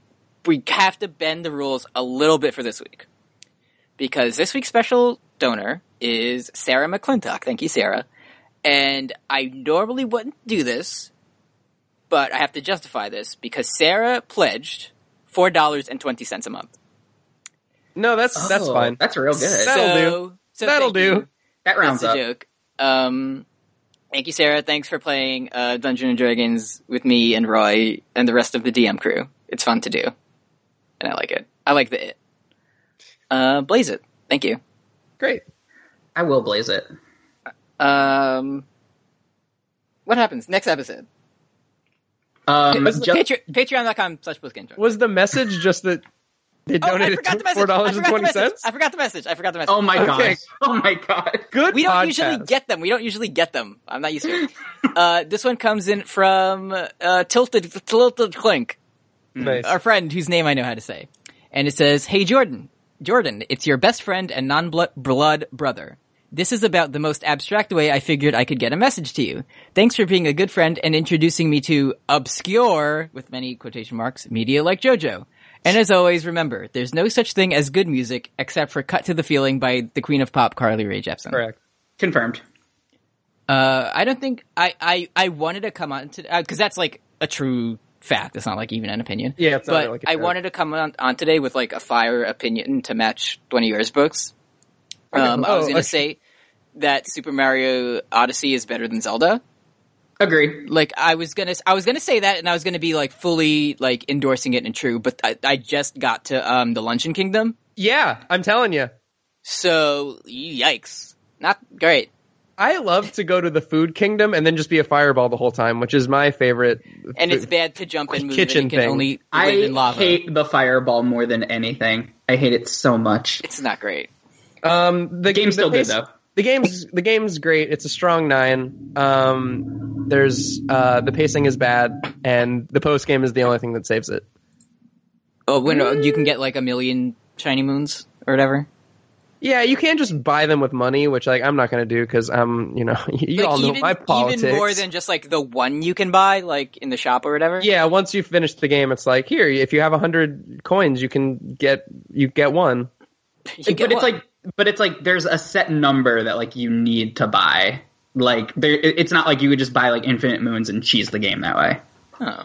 [SPEAKER 1] We have to bend the rules a little bit for this week. Because this week's special donor is Sarah McClintock. Thank you, Sarah. And I normally wouldn't do this, but I have to justify this because Sarah pledged four dollars and twenty cents a month.
[SPEAKER 2] No, that's that's
[SPEAKER 3] Oh,
[SPEAKER 2] fine.
[SPEAKER 3] That's real good.
[SPEAKER 2] That- That'll
[SPEAKER 1] So- so
[SPEAKER 2] That'll
[SPEAKER 1] thank you.
[SPEAKER 2] do.
[SPEAKER 3] that
[SPEAKER 1] That's
[SPEAKER 3] rounds
[SPEAKER 1] a
[SPEAKER 3] up.
[SPEAKER 1] joke. Um, thank you, Sarah. Thanks for playing uh, Dungeons and Dragons with me and Roy and the rest of the DM crew. It's fun to do, and I like it. I like the it. Uh, blaze it. Thank you.
[SPEAKER 2] Great.
[SPEAKER 3] I will blaze it.
[SPEAKER 1] Um, what happens next episode?
[SPEAKER 3] Um,
[SPEAKER 2] Let's-
[SPEAKER 3] just-
[SPEAKER 1] Patre- Patreon.com slash postgame.
[SPEAKER 2] Was the message just that they
[SPEAKER 1] Oh, I
[SPEAKER 2] donated
[SPEAKER 1] forgot the
[SPEAKER 2] four
[SPEAKER 1] message. I
[SPEAKER 2] dollars and
[SPEAKER 1] forgot the
[SPEAKER 2] twenty
[SPEAKER 1] message.
[SPEAKER 2] cents?
[SPEAKER 1] I forgot the message. I forgot the message.
[SPEAKER 3] oh my
[SPEAKER 2] Okay.
[SPEAKER 3] gosh. Oh my god.
[SPEAKER 2] Good.
[SPEAKER 1] we don't
[SPEAKER 2] podcast.
[SPEAKER 1] usually get them. We don't usually get them. I'm not used to it. uh, this one comes in from uh, Tilted Tilted Clink.
[SPEAKER 3] Mm.
[SPEAKER 2] Nice.
[SPEAKER 1] our friend whose name I know how to say. And it says, Hey Jordan, Jordan, it's your best friend and non blood brother. This is about the most abstract way I figured I could get a message to you. Thanks for being a good friend and introducing me to obscure, with many quotation marks, media like JoJo. And as always, remember, there's no such thing as good music except for Cut to the Feeling by the Queen of Pop, Carly Rae Jepsen.
[SPEAKER 2] Correct.
[SPEAKER 3] Confirmed.
[SPEAKER 1] Uh, I don't think I, I, I wanted to come on to, uh, cause that's like a true fact. It's not like even an opinion
[SPEAKER 2] Yeah, it's
[SPEAKER 1] but
[SPEAKER 2] not like a
[SPEAKER 1] I
[SPEAKER 2] joke.
[SPEAKER 1] wanted to come on, on today with like a fire opinion to match one of yours books. Um, I
[SPEAKER 2] Oh,
[SPEAKER 1] was going to
[SPEAKER 2] okay.
[SPEAKER 1] say that Super Mario Odyssey is better than Zelda.
[SPEAKER 3] Agreed.
[SPEAKER 1] Like I was gonna, I was gonna say that, and I was gonna be like fully like endorsing it and true. But I, I just got to um, the Luncheon Kingdom,
[SPEAKER 2] Yeah, I'm telling you.
[SPEAKER 1] so yikes, not great.
[SPEAKER 2] I love to go to the food kingdom and then just be a fireball the whole time, which is my favorite.
[SPEAKER 1] And it's
[SPEAKER 2] food-
[SPEAKER 1] bad to jump and move.
[SPEAKER 2] Kitchen
[SPEAKER 1] and you can
[SPEAKER 2] thing.
[SPEAKER 1] only live
[SPEAKER 3] I
[SPEAKER 1] in lava.
[SPEAKER 3] hate the fireball more than anything. I hate it so much.
[SPEAKER 1] it's not great.
[SPEAKER 2] um the
[SPEAKER 3] The game's still good
[SPEAKER 2] pace-
[SPEAKER 3] though.
[SPEAKER 2] The game's the game's great. It's a strong nine. Um, there's uh, the pacing is bad, and the post game is the only thing that saves it.
[SPEAKER 1] Oh, when uh, you can get like a million shiny moons or whatever.
[SPEAKER 2] Yeah, you can't just buy them with money, which like I'm not gonna do because I'm you know you
[SPEAKER 1] like,
[SPEAKER 2] all know
[SPEAKER 1] even,
[SPEAKER 2] my politics.
[SPEAKER 1] Even more than just like the one you can buy, like in the shop or whatever.
[SPEAKER 2] yeah, once you finish the game, it's like here, if you have hundred coins, you can get you get one.
[SPEAKER 1] You get
[SPEAKER 3] but it's
[SPEAKER 1] one.
[SPEAKER 3] like but it's like there's a set number that like you need to buy like there it- it's not like you could just buy like infinite moons and cheese the game that way
[SPEAKER 1] oh.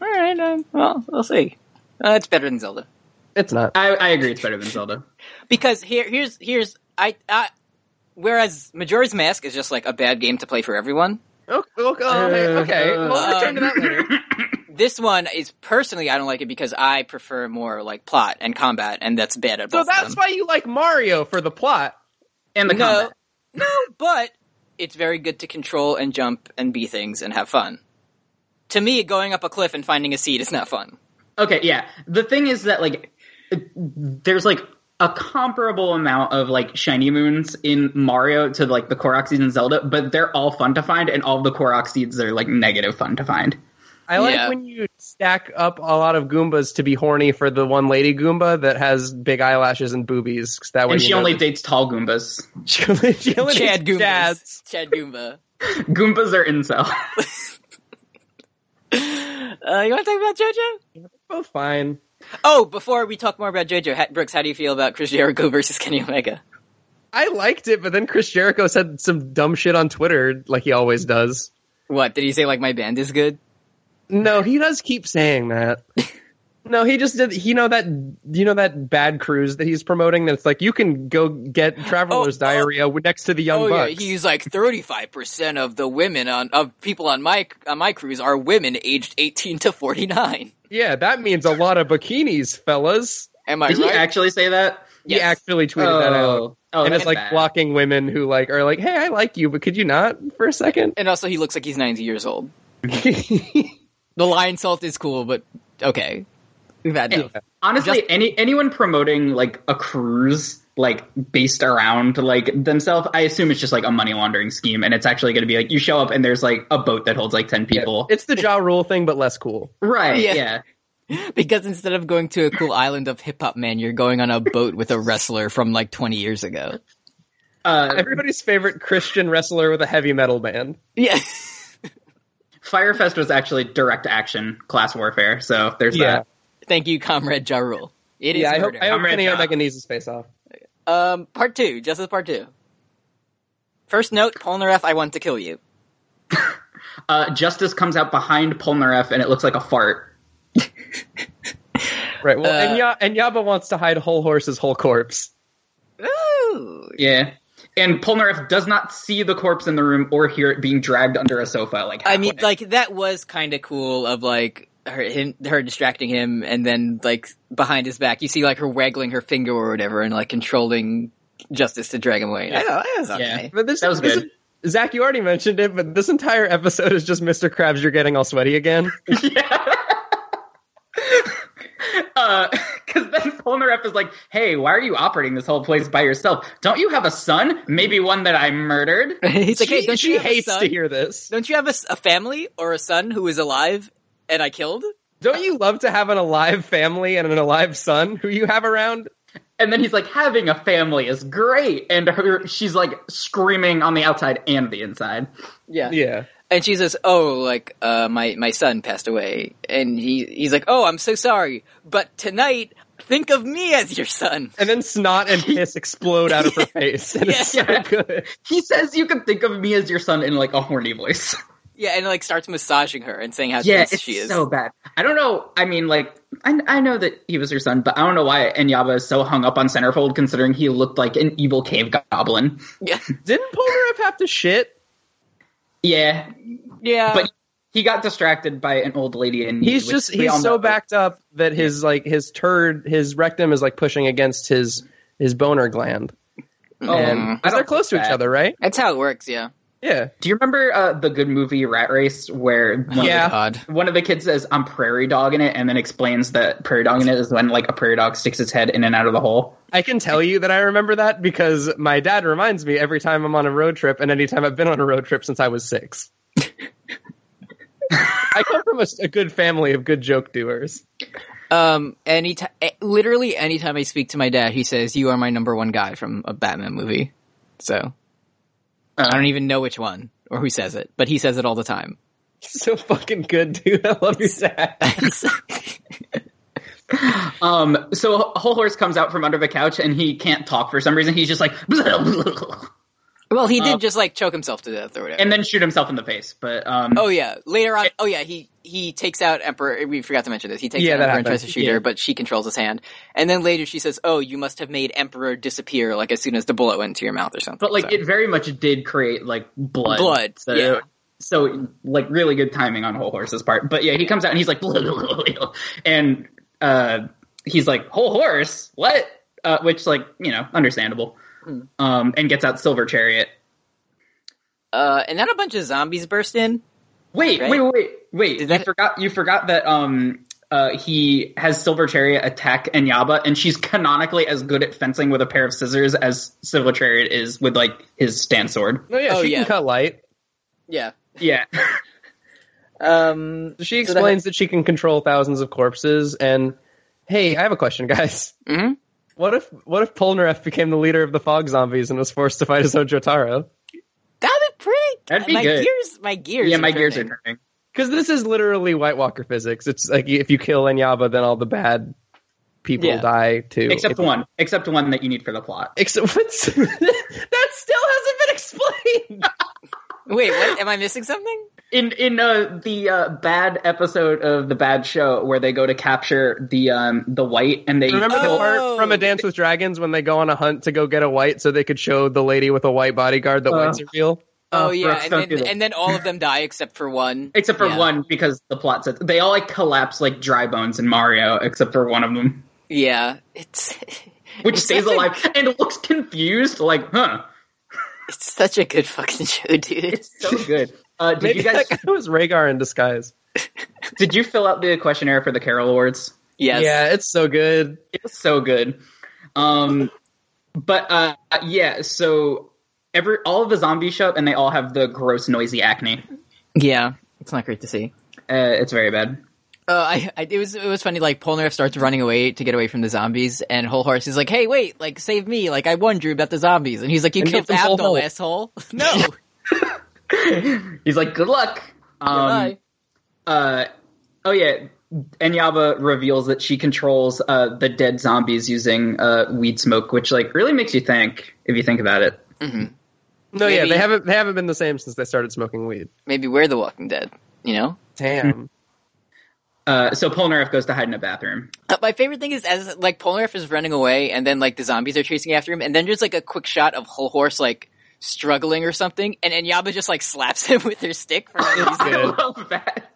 [SPEAKER 1] all right. Um, well, we'll see. Uh, it's better than Zelda
[SPEAKER 2] It's not.
[SPEAKER 3] i, I agree it's better than zelda
[SPEAKER 1] because here, here's, here's, I, I, whereas Majora's Mask is just like a bad game to play for everyone.
[SPEAKER 2] Okay, okay, okay.
[SPEAKER 3] Uh,
[SPEAKER 2] we'll return to that later.
[SPEAKER 1] This one is personally, I don't like it because I prefer more like plot and combat, and that's bad at
[SPEAKER 2] So
[SPEAKER 1] both.
[SPEAKER 2] that's
[SPEAKER 1] of them.
[SPEAKER 2] why you like Mario for the plot.
[SPEAKER 3] and the
[SPEAKER 1] no,
[SPEAKER 3] combat
[SPEAKER 1] no, but it's very good to control and jump and be things and have fun. To me, going up a cliff and finding a seed is not fun.
[SPEAKER 3] okay yeah the thing is that like it- there's like a comparable amount of like shiny moons in mario to like the korok seeds in zelda but they're all fun to find and all the korok seeds are like negative fun to find
[SPEAKER 2] I like
[SPEAKER 1] Yeah.
[SPEAKER 2] when you stack up a lot of Goombas to be horny for the one lady Goomba that has big eyelashes and boobies. 'cause that way
[SPEAKER 3] and
[SPEAKER 2] Oh, you
[SPEAKER 3] she
[SPEAKER 2] know
[SPEAKER 3] only
[SPEAKER 2] that-
[SPEAKER 3] dates tall Goombas.
[SPEAKER 2] she only, she only
[SPEAKER 1] Chad
[SPEAKER 2] dates
[SPEAKER 1] Goombas.
[SPEAKER 2] dads.
[SPEAKER 1] Chad Goomba.
[SPEAKER 3] Goombas are incel.
[SPEAKER 1] Uh, you want to talk about JoJo?
[SPEAKER 2] Both fine.
[SPEAKER 1] Oh, before we talk more about JoJo, ha- Brooks, how do you feel about Chris Jericho versus Kenny Omega?
[SPEAKER 2] I liked it, but then Chris Jericho said some dumb shit on Twitter, like he always does.
[SPEAKER 1] What did he say? Like my band is good.
[SPEAKER 2] No, he does keep saying that. No, he just did. You know that you know that bad cruise that he's promoting. That's like you can go get traveler's
[SPEAKER 1] oh.
[SPEAKER 2] diarrhea next to the young
[SPEAKER 1] oh
[SPEAKER 2] bucks.
[SPEAKER 1] yeah, he's like thirty five percent of the women on of people on my on my cruise are women aged eighteen to forty nine.
[SPEAKER 2] Yeah, that means a lot of bikinis, fellas.
[SPEAKER 1] Am I
[SPEAKER 3] Did he
[SPEAKER 1] right?
[SPEAKER 3] actually say that?
[SPEAKER 2] He actually tweeted that out,
[SPEAKER 3] oh,
[SPEAKER 2] and it's
[SPEAKER 3] that's
[SPEAKER 2] like
[SPEAKER 3] bad.
[SPEAKER 2] blocking women who like are like, "Hey, I like you, but could you not for a second?
[SPEAKER 1] And also, he looks like he's ninety years old.
[SPEAKER 2] yeah,
[SPEAKER 1] The lion salt is cool, but okay, we've had enough.
[SPEAKER 3] Honestly, any anyone promoting like a cruise like based around like themselves, I assume it's just like a money laundering scheme, and it's actually going to be like you show up and there's like a boat that holds like ten people.
[SPEAKER 2] it's the jaw rule thing, but less cool.
[SPEAKER 3] right?
[SPEAKER 1] Yeah.
[SPEAKER 3] Yeah.
[SPEAKER 1] because instead of going to a cool island of hip hop man, you're going on a boat with a wrestler from like twenty years ago.
[SPEAKER 3] Uh,
[SPEAKER 2] Everybody's favorite Christian wrestler with a heavy metal band.
[SPEAKER 1] Yeah.
[SPEAKER 3] Firefest was actually direct action class warfare, so there's
[SPEAKER 2] Yeah.
[SPEAKER 3] that.
[SPEAKER 1] Thank you, Comrade Ja Rule. It is
[SPEAKER 2] yeah, I hope,
[SPEAKER 1] murder.
[SPEAKER 2] I hope
[SPEAKER 3] I'm ready
[SPEAKER 2] Kenny
[SPEAKER 3] now.
[SPEAKER 2] Omega needs his face off.
[SPEAKER 1] Um, part two, Justice Part Two. First note, Polnareff, I want to kill you.
[SPEAKER 3] Uh, Justice comes out behind Polnareff, and it looks like a fart.
[SPEAKER 2] Right. Well,
[SPEAKER 1] Uh,
[SPEAKER 2] and, ya- and Yaba wants to hide whole horse's whole corpse.
[SPEAKER 1] Ooh.
[SPEAKER 3] Yeah. And Polnareff does not see the corpse in the room or hear it being dragged under a sofa. Like
[SPEAKER 1] I mean,
[SPEAKER 3] halfway.
[SPEAKER 1] like that was kind of cool. Of like her, him, her distracting him, and then like behind his back, you see like her waggling her finger or whatever, and like controlling Justice to drag him away. I thought that was
[SPEAKER 3] Yeah.
[SPEAKER 1] okay.
[SPEAKER 2] But this,
[SPEAKER 3] That was
[SPEAKER 2] this
[SPEAKER 3] good.
[SPEAKER 2] is- Zach, you already mentioned it, but this entire episode is just Mr. Krabs, you're getting all sweaty again.
[SPEAKER 3] Uh, Because then Polnareff is like, hey, why are you operating this whole place by yourself? Don't you have a son? Maybe one that I murdered?
[SPEAKER 1] He's like,
[SPEAKER 2] she
[SPEAKER 1] hey, don't
[SPEAKER 2] she
[SPEAKER 1] you have
[SPEAKER 2] hates
[SPEAKER 1] a son?
[SPEAKER 2] to hear this.
[SPEAKER 1] Don't you have a, s- a family or a son who is alive and I killed?
[SPEAKER 2] Don't you love to have an alive family and an alive son who you have around?
[SPEAKER 3] And then he's like, having a family is great. And her, she's like screaming on the outside and the inside.
[SPEAKER 2] Yeah.
[SPEAKER 1] And she says, "Oh, like uh, my my son passed away," and he he's like, "Oh, I'm so sorry, but tonight think of me as your son."
[SPEAKER 2] And then snot and piss explode out of her face. And it's so
[SPEAKER 3] Yeah.
[SPEAKER 2] good.
[SPEAKER 3] He says you can think of me as your son in like a horny voice.
[SPEAKER 1] Yeah, and like starts massaging her and saying how
[SPEAKER 3] yeah,
[SPEAKER 1] tense
[SPEAKER 3] it's
[SPEAKER 1] she is.
[SPEAKER 3] so bad. I don't know. I mean, like, I, I know that he was your son, but I don't know why Enyaba is so hung up on Centerfold considering he looked like an evil cave goblin.
[SPEAKER 1] yeah,
[SPEAKER 2] Didn't Polnareff have to shit?
[SPEAKER 3] Yeah,
[SPEAKER 1] yeah.
[SPEAKER 3] but he got distracted by an old lady and
[SPEAKER 2] He's just he's so backed up that his like his turd his rectum is like pushing against his his boner gland.
[SPEAKER 1] Mm.
[SPEAKER 3] Oh, um,
[SPEAKER 2] And 'cause they're close to each other, right?
[SPEAKER 1] that's how it works. Yeah.
[SPEAKER 2] Yeah.
[SPEAKER 3] Do you remember uh, the good movie Rat Race where one,
[SPEAKER 2] Yeah.
[SPEAKER 3] of the, one of the kids says I'm prairie dogging it and then explains that prairie dogging it is when like a prairie dog sticks its head in and out of the hole.
[SPEAKER 2] I can tell you that I remember that because my dad reminds me every time I'm on a road trip and anytime I've been on a road trip since I was six. I come from a, a good family of good joke doers.
[SPEAKER 1] Um. Any ti- eh, literally anytime I speak to my dad, he says, "You are my number one guy from a Batman movie." So I don't even know which one or who says it, but he says it all the time.
[SPEAKER 2] So fucking good, dude. I love you, Zach.
[SPEAKER 3] Um, so Whole Horse comes out from under the couch and he can't talk for some reason. He's just like
[SPEAKER 1] well, he did
[SPEAKER 3] Uh,
[SPEAKER 1] just like choke himself to death or whatever.
[SPEAKER 3] and then shoot himself in the face. But um,
[SPEAKER 1] Oh yeah, later on. Oh yeah, he he takes out Emperor. We forgot to mention this. He takes
[SPEAKER 2] Yeah,
[SPEAKER 1] out
[SPEAKER 2] that
[SPEAKER 1] Emperor and
[SPEAKER 2] happened.
[SPEAKER 1] tries to shoot her, but she controls his hand. And then later she says, "Oh, you must have made Emperor disappear like as soon as the bullet went into your mouth or something."
[SPEAKER 3] but like
[SPEAKER 1] So-
[SPEAKER 3] it very much did create like blood.
[SPEAKER 1] Blood,
[SPEAKER 3] So,
[SPEAKER 1] yeah.
[SPEAKER 3] So like really good timing on Whole Horse's part. But yeah, he comes out and he's like, and uh, he's like, Whole Horse, what? Uh, which like you know understandable.
[SPEAKER 1] Hmm.
[SPEAKER 3] Um, and gets out Silver Chariot.
[SPEAKER 1] uh, and then a bunch of zombies burst in.
[SPEAKER 3] Wait,
[SPEAKER 1] Right?
[SPEAKER 3] wait, wait, wait!
[SPEAKER 1] Did
[SPEAKER 3] you
[SPEAKER 1] that-
[SPEAKER 3] forgot you forgot that um uh he has Silver Chariot attack Enyaba, and she's canonically as good at fencing with a pair of scissors as Silver Chariot is with like his stand sword.
[SPEAKER 2] Oh yeah,
[SPEAKER 1] Oh,
[SPEAKER 2] she
[SPEAKER 1] yeah.
[SPEAKER 2] can cut light.
[SPEAKER 1] Yeah.
[SPEAKER 3] Yeah.
[SPEAKER 1] Um,
[SPEAKER 2] She explains that she can control thousands of corpses. And hey, I have a question, guys.
[SPEAKER 3] Mm-hmm.
[SPEAKER 1] hmm
[SPEAKER 2] What if what if Polnareff became the leader of the fog zombies and was forced to fight his own Jotaro?
[SPEAKER 1] That'd be pretty.
[SPEAKER 3] That'd be
[SPEAKER 1] my
[SPEAKER 3] good.
[SPEAKER 1] gears, my gears.
[SPEAKER 3] yeah, my gears are
[SPEAKER 1] turning.
[SPEAKER 3] turning.
[SPEAKER 2] Because this is literally White Walker physics. It's like if you kill Enyaba, then all the bad people
[SPEAKER 1] Yeah.
[SPEAKER 2] die too.
[SPEAKER 3] Except
[SPEAKER 2] If-
[SPEAKER 3] one. Except one that you need for the plot.
[SPEAKER 2] Except what's that still hasn't been explained.
[SPEAKER 1] Wait, what? Am I missing something?
[SPEAKER 3] In in uh, the uh, bad episode of the bad show where they go to capture the um the white and they
[SPEAKER 2] Remember
[SPEAKER 1] Oh.
[SPEAKER 2] the part from A Dance with Dragons when they go on a hunt to go get a white so they could show the lady with a white bodyguard that
[SPEAKER 3] Uh.
[SPEAKER 2] whites are real?
[SPEAKER 1] Oh,
[SPEAKER 3] Oh,
[SPEAKER 1] yeah,
[SPEAKER 3] Brooks, don't
[SPEAKER 1] and
[SPEAKER 3] do
[SPEAKER 1] then
[SPEAKER 3] that.
[SPEAKER 1] and then all of them die except for one.
[SPEAKER 3] except for
[SPEAKER 1] Yeah.
[SPEAKER 3] one because the plot says they all like collapse like dry bones in Mario except for one of them
[SPEAKER 1] Yeah, it's
[SPEAKER 3] which
[SPEAKER 1] It's
[SPEAKER 3] stays
[SPEAKER 1] such a-
[SPEAKER 3] alive and looks confused like huh
[SPEAKER 1] it's such a good fucking show, dude.
[SPEAKER 3] it's so good. Uh, did
[SPEAKER 2] Maybe
[SPEAKER 3] you guys
[SPEAKER 2] that guy was Rhaegar in disguise.
[SPEAKER 3] did you fill out the questionnaire for the Carol Awards?
[SPEAKER 1] Yes.
[SPEAKER 2] Yeah, it's so good.
[SPEAKER 3] It's so good. Um, but uh, yeah, so every all of the zombies show up and they all have the gross, noisy acne.
[SPEAKER 1] Yeah, it's not great to see.
[SPEAKER 3] Uh, it's very bad.
[SPEAKER 1] Uh, I, I it was it was funny. Like Polnareff starts running away to get away from the zombies, and Whole Horse is like, "Hey, wait! Like, save me! Like, I warned you about the zombies." And he's like, "You
[SPEAKER 2] And
[SPEAKER 1] killed
[SPEAKER 2] gives him Whole
[SPEAKER 1] Abdul,
[SPEAKER 2] Hole.
[SPEAKER 1] asshole!" No,
[SPEAKER 3] He's like, good luck. Um,
[SPEAKER 1] Goodbye.
[SPEAKER 3] uh, oh yeah, Enyaba reveals that she controls uh, the dead zombies using uh, weed smoke, which like really makes you think if you think about it.
[SPEAKER 1] Mm-hmm.
[SPEAKER 2] No, yeah,
[SPEAKER 1] Maybe-
[SPEAKER 2] they haven't they haven't been the same since they started smoking weed.
[SPEAKER 1] maybe we're the Walking Dead. You know,
[SPEAKER 2] Damn.
[SPEAKER 3] Uh, so Polnareff goes to hide in a bathroom.
[SPEAKER 1] Uh, my favorite thing is as like Polnareff is running away, and then like the zombies are chasing after him, and then there's like a quick shot of Whole Horse like struggling or something, and Enyaba just like slaps him with her stick for no reason,
[SPEAKER 3] I
[SPEAKER 2] Good.
[SPEAKER 3] love that.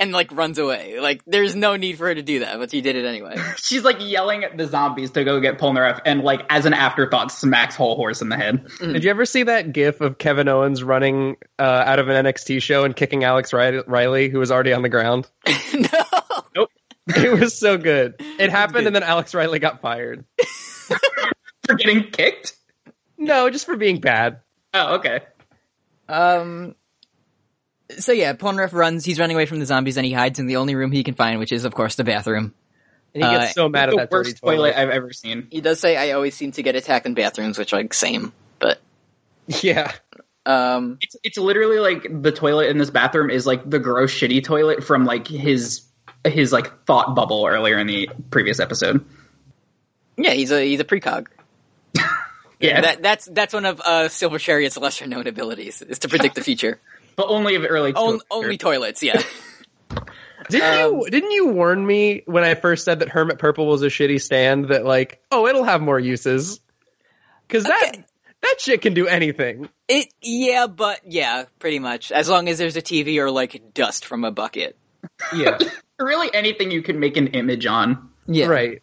[SPEAKER 1] and like runs away. Like there's no need for her to do that, but she did it anyway.
[SPEAKER 3] She's like yelling at the zombies to go get Polnareff, and like as an afterthought, smacks whole horse in the head.
[SPEAKER 2] Did you ever see that GIF of Kevin Owens running uh, out of an NXT show and kicking Alex Ri- Riley, who was already on the ground?
[SPEAKER 1] no,
[SPEAKER 2] It was so good. It happened,
[SPEAKER 1] good.
[SPEAKER 2] and then Alex Riley got fired.
[SPEAKER 3] For getting kicked?
[SPEAKER 2] No, just for being bad.
[SPEAKER 3] Oh, okay.
[SPEAKER 1] Um. So yeah, Polnareff runs. He's running away from the zombies, and he hides in the only room he can find, which is, of course, the bathroom.
[SPEAKER 2] And he gets
[SPEAKER 1] Uh,
[SPEAKER 2] so mad at
[SPEAKER 3] the
[SPEAKER 2] that dirty
[SPEAKER 3] worst
[SPEAKER 2] toilet.
[SPEAKER 3] toilet I've ever seen.
[SPEAKER 1] He does say, "I always seem to get attacked in bathrooms," which like same, but
[SPEAKER 2] Yeah,
[SPEAKER 1] um,
[SPEAKER 3] It's it's literally like the toilet in this bathroom is like the gross shitty toilet from like his his like thought bubble earlier in the previous episode.
[SPEAKER 1] yeah, he's a he's a precog.
[SPEAKER 3] Yeah,
[SPEAKER 1] That that's that's one of uh, Silver Chariot's lesser known abilities is to predict the future.
[SPEAKER 3] but only if it relates.
[SPEAKER 1] On,
[SPEAKER 3] to
[SPEAKER 1] only toilets, yeah.
[SPEAKER 2] didn't you didn't you warn me when I first said that Hermit Purple was a shitty stand that like oh it'll have more uses because
[SPEAKER 1] Okay.
[SPEAKER 2] that that shit can do anything.
[SPEAKER 1] it yeah, but yeah, pretty much. As long as there's a TV or like dust from a bucket.
[SPEAKER 2] Yeah,
[SPEAKER 3] really anything you can make an image on.
[SPEAKER 1] Yeah.
[SPEAKER 2] right.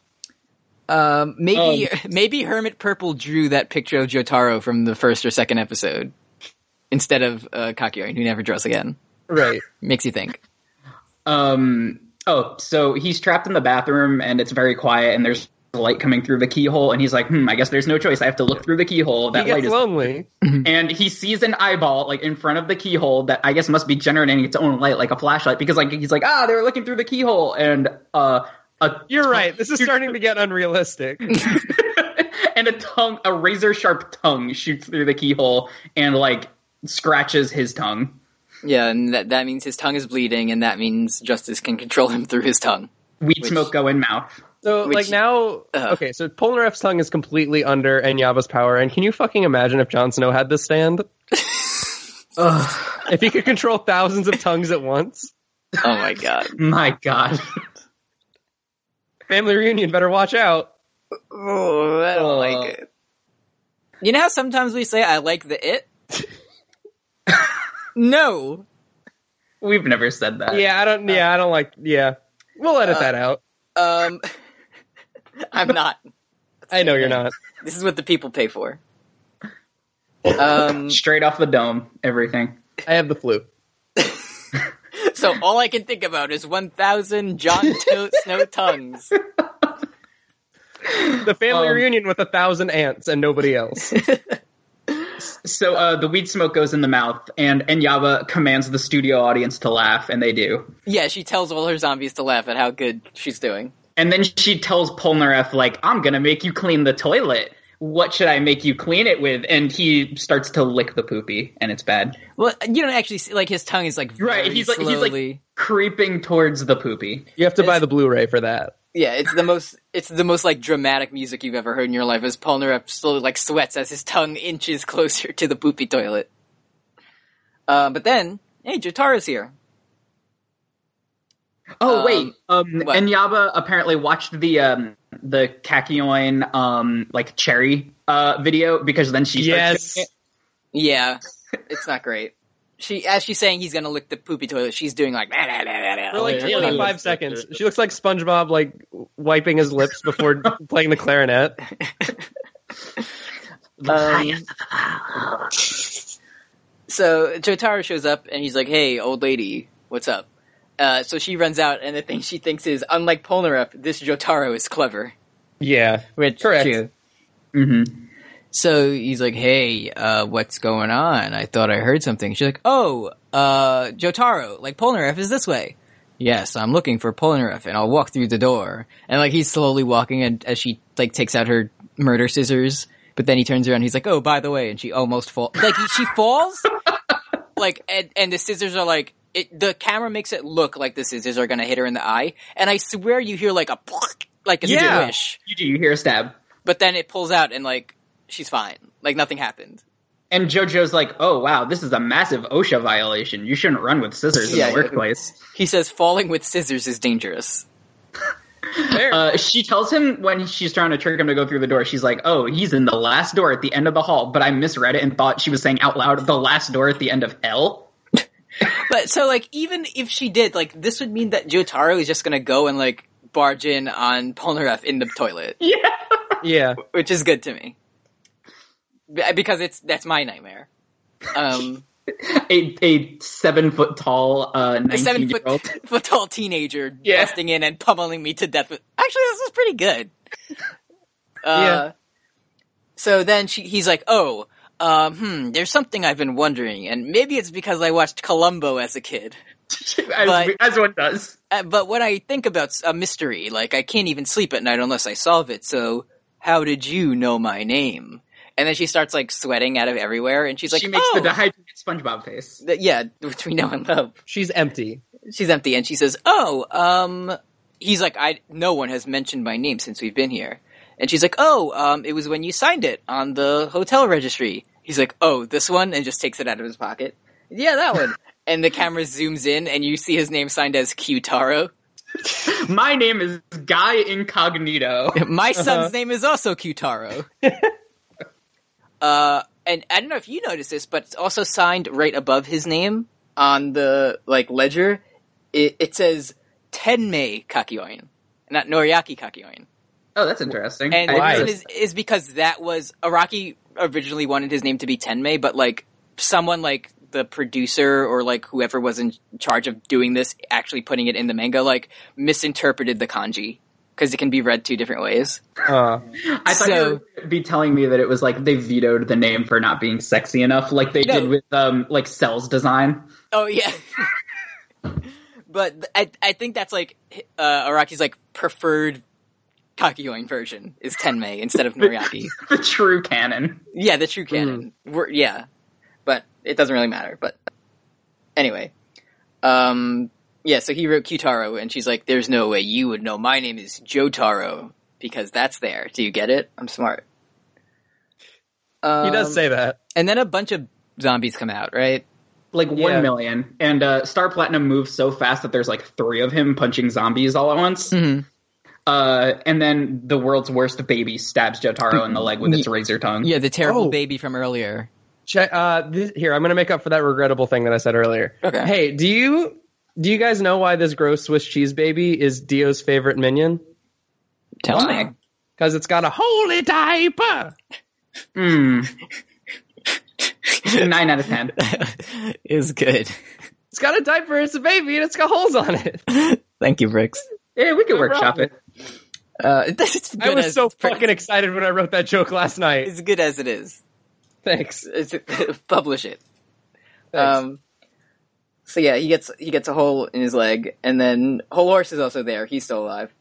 [SPEAKER 1] Um, maybe maybe Hermit Purple drew that picture of Jotaro from the first or second episode instead of uh, Kakyoin, who never draws again.
[SPEAKER 2] Right.
[SPEAKER 1] Makes you think.
[SPEAKER 3] Um. Oh, so he's trapped in the bathroom and it's very quiet and there's light coming through the keyhole and he's like, hmm, I guess there's no choice. I have to look through the keyhole. That
[SPEAKER 2] He
[SPEAKER 3] light
[SPEAKER 2] gets
[SPEAKER 3] is
[SPEAKER 2] lonely.
[SPEAKER 3] and he sees an eyeball like in front of the keyhole that I guess must be generating its own light, like a flashlight, because like he's like, ah, they were looking through the keyhole, and uh, a
[SPEAKER 2] You're right. This is starting to get unrealistic.
[SPEAKER 3] and a tongue, a razor sharp tongue shoots through the keyhole and like scratches his tongue.
[SPEAKER 1] Yeah, and that that means his tongue is bleeding, and that means Justice can control him through his tongue.
[SPEAKER 3] Weed
[SPEAKER 1] Which-
[SPEAKER 3] smoke go in mouth.
[SPEAKER 2] So
[SPEAKER 1] Which- Uh-huh.
[SPEAKER 2] like now,
[SPEAKER 1] Ugh.
[SPEAKER 2] okay. So Polnareff's tongue is completely under Enyaba's power, and can you fucking imagine if Jon Snow had this stand? if he could control thousands of tongues at once,
[SPEAKER 1] Oh my god.
[SPEAKER 3] My God,
[SPEAKER 2] family reunion better watch out.
[SPEAKER 1] Oh, I don't
[SPEAKER 3] Uh.
[SPEAKER 1] like it. You know how sometimes we say I like the it? no.
[SPEAKER 3] we've never said that.
[SPEAKER 2] Yeah, I don't. Yeah, I don't like. Yeah, we'll
[SPEAKER 1] Uh,
[SPEAKER 2] edit that out.
[SPEAKER 1] Um I'm not.
[SPEAKER 2] I know you're not.
[SPEAKER 1] This is what the people pay for. Um
[SPEAKER 3] straight off the dome, everything.
[SPEAKER 2] I have the flu.
[SPEAKER 1] So all I can think about is 1,000 John to- Snow tongues.
[SPEAKER 2] The family
[SPEAKER 3] Um,
[SPEAKER 1] Um,
[SPEAKER 2] reunion with a thousand ants and nobody else.
[SPEAKER 3] So uh, the weed smoke goes in the mouth, and Enyaba commands the studio audience to laugh, and they do.
[SPEAKER 1] Yeah, she tells all her zombies to laugh at how good she's doing.
[SPEAKER 3] And then she tells Polnareff, like, I'm gonna make you clean the toilet. What should I make you clean it with? And he starts to lick the poopy, and it's bad.
[SPEAKER 1] Well, you don't actually see like his tongue is like
[SPEAKER 3] Right,
[SPEAKER 1] very
[SPEAKER 3] he's like- he's like-
[SPEAKER 1] slowly-
[SPEAKER 3] Creeping towards the poopy.
[SPEAKER 2] You have to buy
[SPEAKER 1] It's-
[SPEAKER 2] the Blu-ray for that.
[SPEAKER 1] yeah, it's the most it's the most like dramatic music you've ever heard in your life as Polnareff slowly like sweats as his tongue inches closer to the poopy toilet. Uh, but then, hey, Jotara's here.
[SPEAKER 3] Oh
[SPEAKER 1] Um,
[SPEAKER 3] wait, um,
[SPEAKER 1] what?
[SPEAKER 3] Enyaba apparently watched the um, the Kakyoin um, like cherry uh, video because then she
[SPEAKER 2] Yes.
[SPEAKER 3] starts doing it.
[SPEAKER 1] Yeah, it's not great. She as she's saying he's gonna lick the poopy toilet, she's doing like "Nah, nah, nah, nah, nah,"
[SPEAKER 2] For like
[SPEAKER 1] all the
[SPEAKER 3] yeah,
[SPEAKER 1] time.
[SPEAKER 2] 25 seconds. She looks like SpongeBob, like wiping his lips before playing the clarinet.
[SPEAKER 1] So Jotaro shows up and he's like, "Hey, old lady, what's up?" Uh, so she runs out, and the thing she thinks is, unlike Polnareff, this Jotaro is clever.
[SPEAKER 2] Yeah.
[SPEAKER 1] Which
[SPEAKER 2] Correct.
[SPEAKER 1] true.
[SPEAKER 3] Mhm.
[SPEAKER 1] So he's like, "Hey, uh, what's going on? I thought I heard something." She's like, "Oh, uh, Jotaro, like Polnareff is this way." Yes, I'm looking for Polnareff, and I'll walk through the door. And like he's slowly walking, and as she like takes out her murder scissors, but then he turns around. He's like, "Oh, by the way," and she almost falls. Like he- she falls, like and, and the scissors are like. It, the camera makes it look like the scissors are going to hit her in the eye, and I swear you hear like a like a
[SPEAKER 2] Yeah.
[SPEAKER 1] swish
[SPEAKER 3] You do. You hear a stab,
[SPEAKER 1] but then it pulls out and like she's fine like nothing happened
[SPEAKER 3] and JoJo's like, "Oh wow, this is a massive OSHA violation. You shouldn't run with scissors
[SPEAKER 1] Yeah,
[SPEAKER 3] in
[SPEAKER 1] yeah.
[SPEAKER 3] the workplace."
[SPEAKER 1] he says falling with scissors is dangerous
[SPEAKER 2] There.
[SPEAKER 3] Uh, she tells him when she's trying to trick him to go through the door, she's like, "Oh, he's in the last door at the end of the hall." But I misread it and thought she was saying out loud, "The last door at the end of L."
[SPEAKER 1] but so like even if she did like this would mean that jotaro is just gonna go and like barge in on polnareff in the toilet
[SPEAKER 3] Yeah.
[SPEAKER 2] yeah.
[SPEAKER 1] which is good to me Be- because it's that's my nightmare um
[SPEAKER 3] A, a seven foot tall, uh,
[SPEAKER 1] a seven
[SPEAKER 3] nineteen year
[SPEAKER 1] foot,
[SPEAKER 3] old.
[SPEAKER 1] foot tall teenager
[SPEAKER 3] Yeah.
[SPEAKER 1] busting in and pummeling me to death with actually this is pretty good uh,
[SPEAKER 2] Yeah.
[SPEAKER 1] so then she, he's like oh um, hmm, there's something I've been wondering, and maybe it's because I watched Columbo as a kid.
[SPEAKER 3] as,
[SPEAKER 1] But-
[SPEAKER 3] as one does.
[SPEAKER 1] Uh, but when I think about a mystery, like I can't even sleep at night unless I solve it. So how did you know my name? And then she starts like sweating out of everywhere, and she's like,
[SPEAKER 3] she makes
[SPEAKER 1] "Oh,
[SPEAKER 3] the dehydrated SpongeBob face.
[SPEAKER 1] Th- yeah, which we know and love."
[SPEAKER 2] She's empty.
[SPEAKER 1] she's empty and she says, "Oh, um he's like I no one has mentioned my name since we've been here." And she's like, "Oh, um it was when you signed it on the hotel registry." He's like, "Oh, this one." And just takes it out of his pocket. "Yeah, that one." and the camera zooms in and you see his name signed as Qtaro.
[SPEAKER 3] My name is Guy Incognito.
[SPEAKER 1] My son's
[SPEAKER 2] Uh-huh.
[SPEAKER 1] name is also Qtaro. uh and I don't know if you noticed this, but it's also signed right above his name on the like ledger. It, it says Tenmei Kakyoin, not Noriaki Kakyoin.
[SPEAKER 3] Oh, that's interesting.
[SPEAKER 1] And the
[SPEAKER 2] Why?
[SPEAKER 1] reason is, is because that was Araki originally wanted his name to be Tenmei, but like someone like the producer or like whoever was in charge of doing this, actually putting it in the manga, like misinterpreted the kanji because it can be read two different ways.
[SPEAKER 2] Uh,
[SPEAKER 3] I thought
[SPEAKER 1] so-
[SPEAKER 3] you were gonna be telling me that it was like they vetoed the name for not being sexy enough, like they
[SPEAKER 1] No.
[SPEAKER 3] did with um like Cell's design.
[SPEAKER 1] Oh yeah. but th- I I think that's like uh, Araki's like preferred Kakyoin version is Tenmei instead of Noriaki.
[SPEAKER 3] the true canon.
[SPEAKER 1] yeah, the true canon. We're, yeah, but it doesn't really matter. But anyway, um, yeah. So he wrote Qtaro, and she's like, "There's no way you would know. My name is Jotaro because that's there. Do you get it? I'm smart." Um,
[SPEAKER 2] he does say that.
[SPEAKER 1] and then a bunch of zombies come out, right?
[SPEAKER 3] Like
[SPEAKER 2] Yeah.
[SPEAKER 3] one million. And uh Star Platinum moves so fast that there's like three of him punching zombies all at once.
[SPEAKER 1] Mhm.
[SPEAKER 3] Uh and then the world's worst baby stabs Jotaro in the leg with its razor tongue.
[SPEAKER 1] Mm. Yeah, the terrible
[SPEAKER 2] Oh.
[SPEAKER 1] baby from earlier.
[SPEAKER 2] Check, uh, this, here, I'm going to make up for that regrettable thing that I said earlier.
[SPEAKER 1] Okay.
[SPEAKER 2] Hey, do you do you guys know why this gross Swiss cheese baby is Dio's favorite minion?
[SPEAKER 1] Tell
[SPEAKER 3] Why?
[SPEAKER 1] me.
[SPEAKER 2] Because it's got a holy diaper.
[SPEAKER 3] Hmm. Nine out of ten.
[SPEAKER 1] is good.
[SPEAKER 2] It's got a diaper. It's a baby, and it's got holes on it.
[SPEAKER 1] Thank you, Bricks.
[SPEAKER 3] Yeah, Eh, we could workshop
[SPEAKER 2] problem.
[SPEAKER 3] it.
[SPEAKER 1] Uh, it's good
[SPEAKER 2] I was
[SPEAKER 1] as-
[SPEAKER 2] so fucking excited when I wrote that joke last night.
[SPEAKER 1] It's good as it is.
[SPEAKER 2] Thanks.
[SPEAKER 1] It's, publish it.
[SPEAKER 2] Thanks.
[SPEAKER 1] Um, so yeah, he gets he gets a hole in his leg, and then Whole Horse is also there. He's still alive,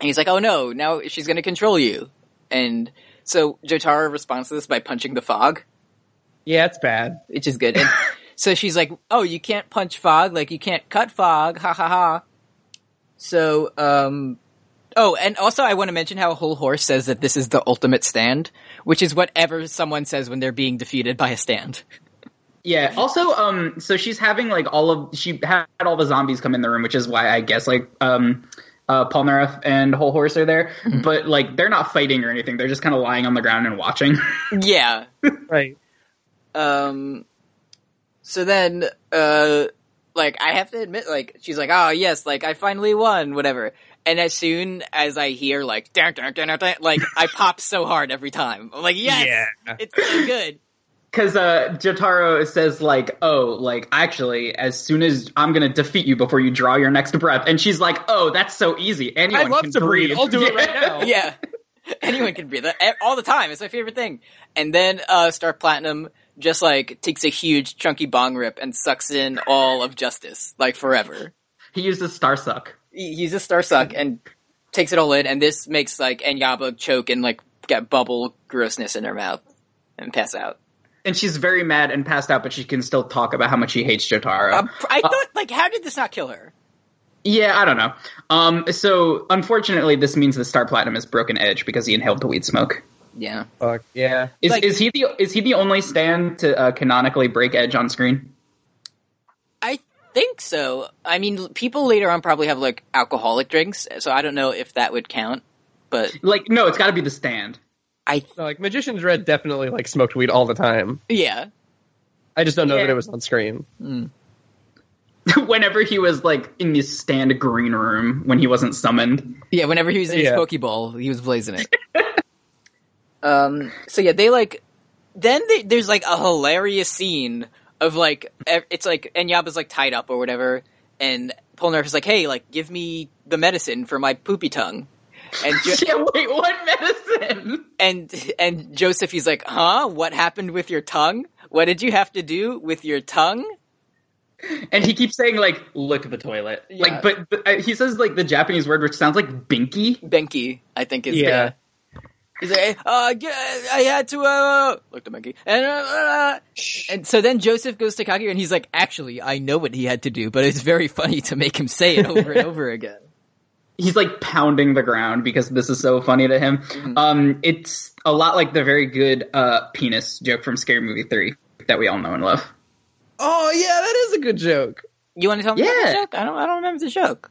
[SPEAKER 1] and he's like, "Oh no, now she's going to control you." And so Jotaro responds to this by punching the fog,
[SPEAKER 2] yeah, it's bad.
[SPEAKER 1] which is good. And so she's like, "Oh, you can't punch fog, like you can't cut fog." Ha ha ha. So, um, oh, and also I want to mention how Whole Horse says that this is the ultimate stand, which is whatever someone says when they're being defeated by a stand.
[SPEAKER 3] Yeah. Also, um, so she's having like all of she had all the zombies come in the room, which is why I guess like um, uh, Polnareff and Whole Horse are there,
[SPEAKER 2] Mm-hmm.
[SPEAKER 3] but like they're not fighting or anything. They're just kind of lying on the ground and watching.
[SPEAKER 1] yeah.
[SPEAKER 2] Right.
[SPEAKER 1] Um, so then, uh, like I have to admit, like she's like, oh yes, like I finally won, whatever. And as soon as I hear like, dun, dun, dun, dun, dun, like I pop so hard every time. I'm like, yes,
[SPEAKER 2] Yeah.
[SPEAKER 1] it's so good.
[SPEAKER 3] Because uh, Jotaro says like, "Oh, like actually, as soon as I'm gonna defeat you before you draw your next breath," and she's like, "Oh, that's so easy. Anyone
[SPEAKER 2] I love
[SPEAKER 3] can
[SPEAKER 2] to breathe. I'll do it
[SPEAKER 3] Yeah.
[SPEAKER 2] right now.
[SPEAKER 1] Yeah, anyone can breathe that all the time. It's my favorite thing. And then uh, Star Platinum just like takes a huge chunky bong rip and sucks in all of justice like forever.
[SPEAKER 3] He uses Star Suck.
[SPEAKER 1] he- he's a star suck and takes it all in, and this makes like Enyaba choke and like get bubble grossness in her mouth and pass out.
[SPEAKER 3] And she's very mad and passed out, but she can still talk about how much she hates Jotaro.
[SPEAKER 1] Um, I thought, like, how did this not kill her?
[SPEAKER 3] yeah, I don't know. Um, so unfortunately, this means the Star Platinum is broken edge because he inhaled the weed smoke.
[SPEAKER 1] Yeah,
[SPEAKER 2] Fuck yeah.
[SPEAKER 3] Is,
[SPEAKER 1] Like-
[SPEAKER 3] is he the is he the only stand to uh, canonically break edge on screen?
[SPEAKER 1] I think so. I mean, l- people later on probably have like alcoholic drinks, so I don't know if that would count. But
[SPEAKER 3] Like, no, it's got to be the stand.
[SPEAKER 1] I,
[SPEAKER 2] No, like Magician's Red definitely like smoked weed all the time.
[SPEAKER 1] yeah,
[SPEAKER 2] I just don't know
[SPEAKER 3] Yeah.
[SPEAKER 2] that it was on screen.
[SPEAKER 3] Whenever he was like in this stand green room when he wasn't summoned.
[SPEAKER 1] yeah. Whenever he was in his
[SPEAKER 2] Yeah.
[SPEAKER 1] pokeball, he was blazing it. um. So yeah, they like then they, there's like a hilarious scene of like ev- it's like Enyaba's like tied up or whatever, and Polnareff is like, "Hey, like give me the medicine for my poopy tongue," and jo-
[SPEAKER 3] Yeah, wait, what medicine?
[SPEAKER 1] and and Joseph he's like, "Huh? What happened with your tongue? What did you have to do with your tongue?"
[SPEAKER 3] And he keeps saying like, "Look at the toilet."
[SPEAKER 1] Yeah.
[SPEAKER 3] Like, but, but uh, he says like the Japanese word, which sounds like binky.
[SPEAKER 1] Benki, I think is
[SPEAKER 2] Yeah.
[SPEAKER 1] He's like, "Hey, uh, g- I had to uh, look to Benki, and uh, uh, and so then Joseph goes to Kaguya, and he's like, "Actually, I know what he had to do, but it's very funny to make him say it over and over again."
[SPEAKER 3] He's like pounding the ground because this is so funny to him.
[SPEAKER 1] Mm-hmm.
[SPEAKER 3] Um, it's a lot like the very good uh, penis joke from Scary Movie Three that we all know and love.
[SPEAKER 2] Oh yeah, that is a good joke.
[SPEAKER 1] You want to tell me about
[SPEAKER 3] Yeah.
[SPEAKER 1] the joke? I don't. I don't remember the joke.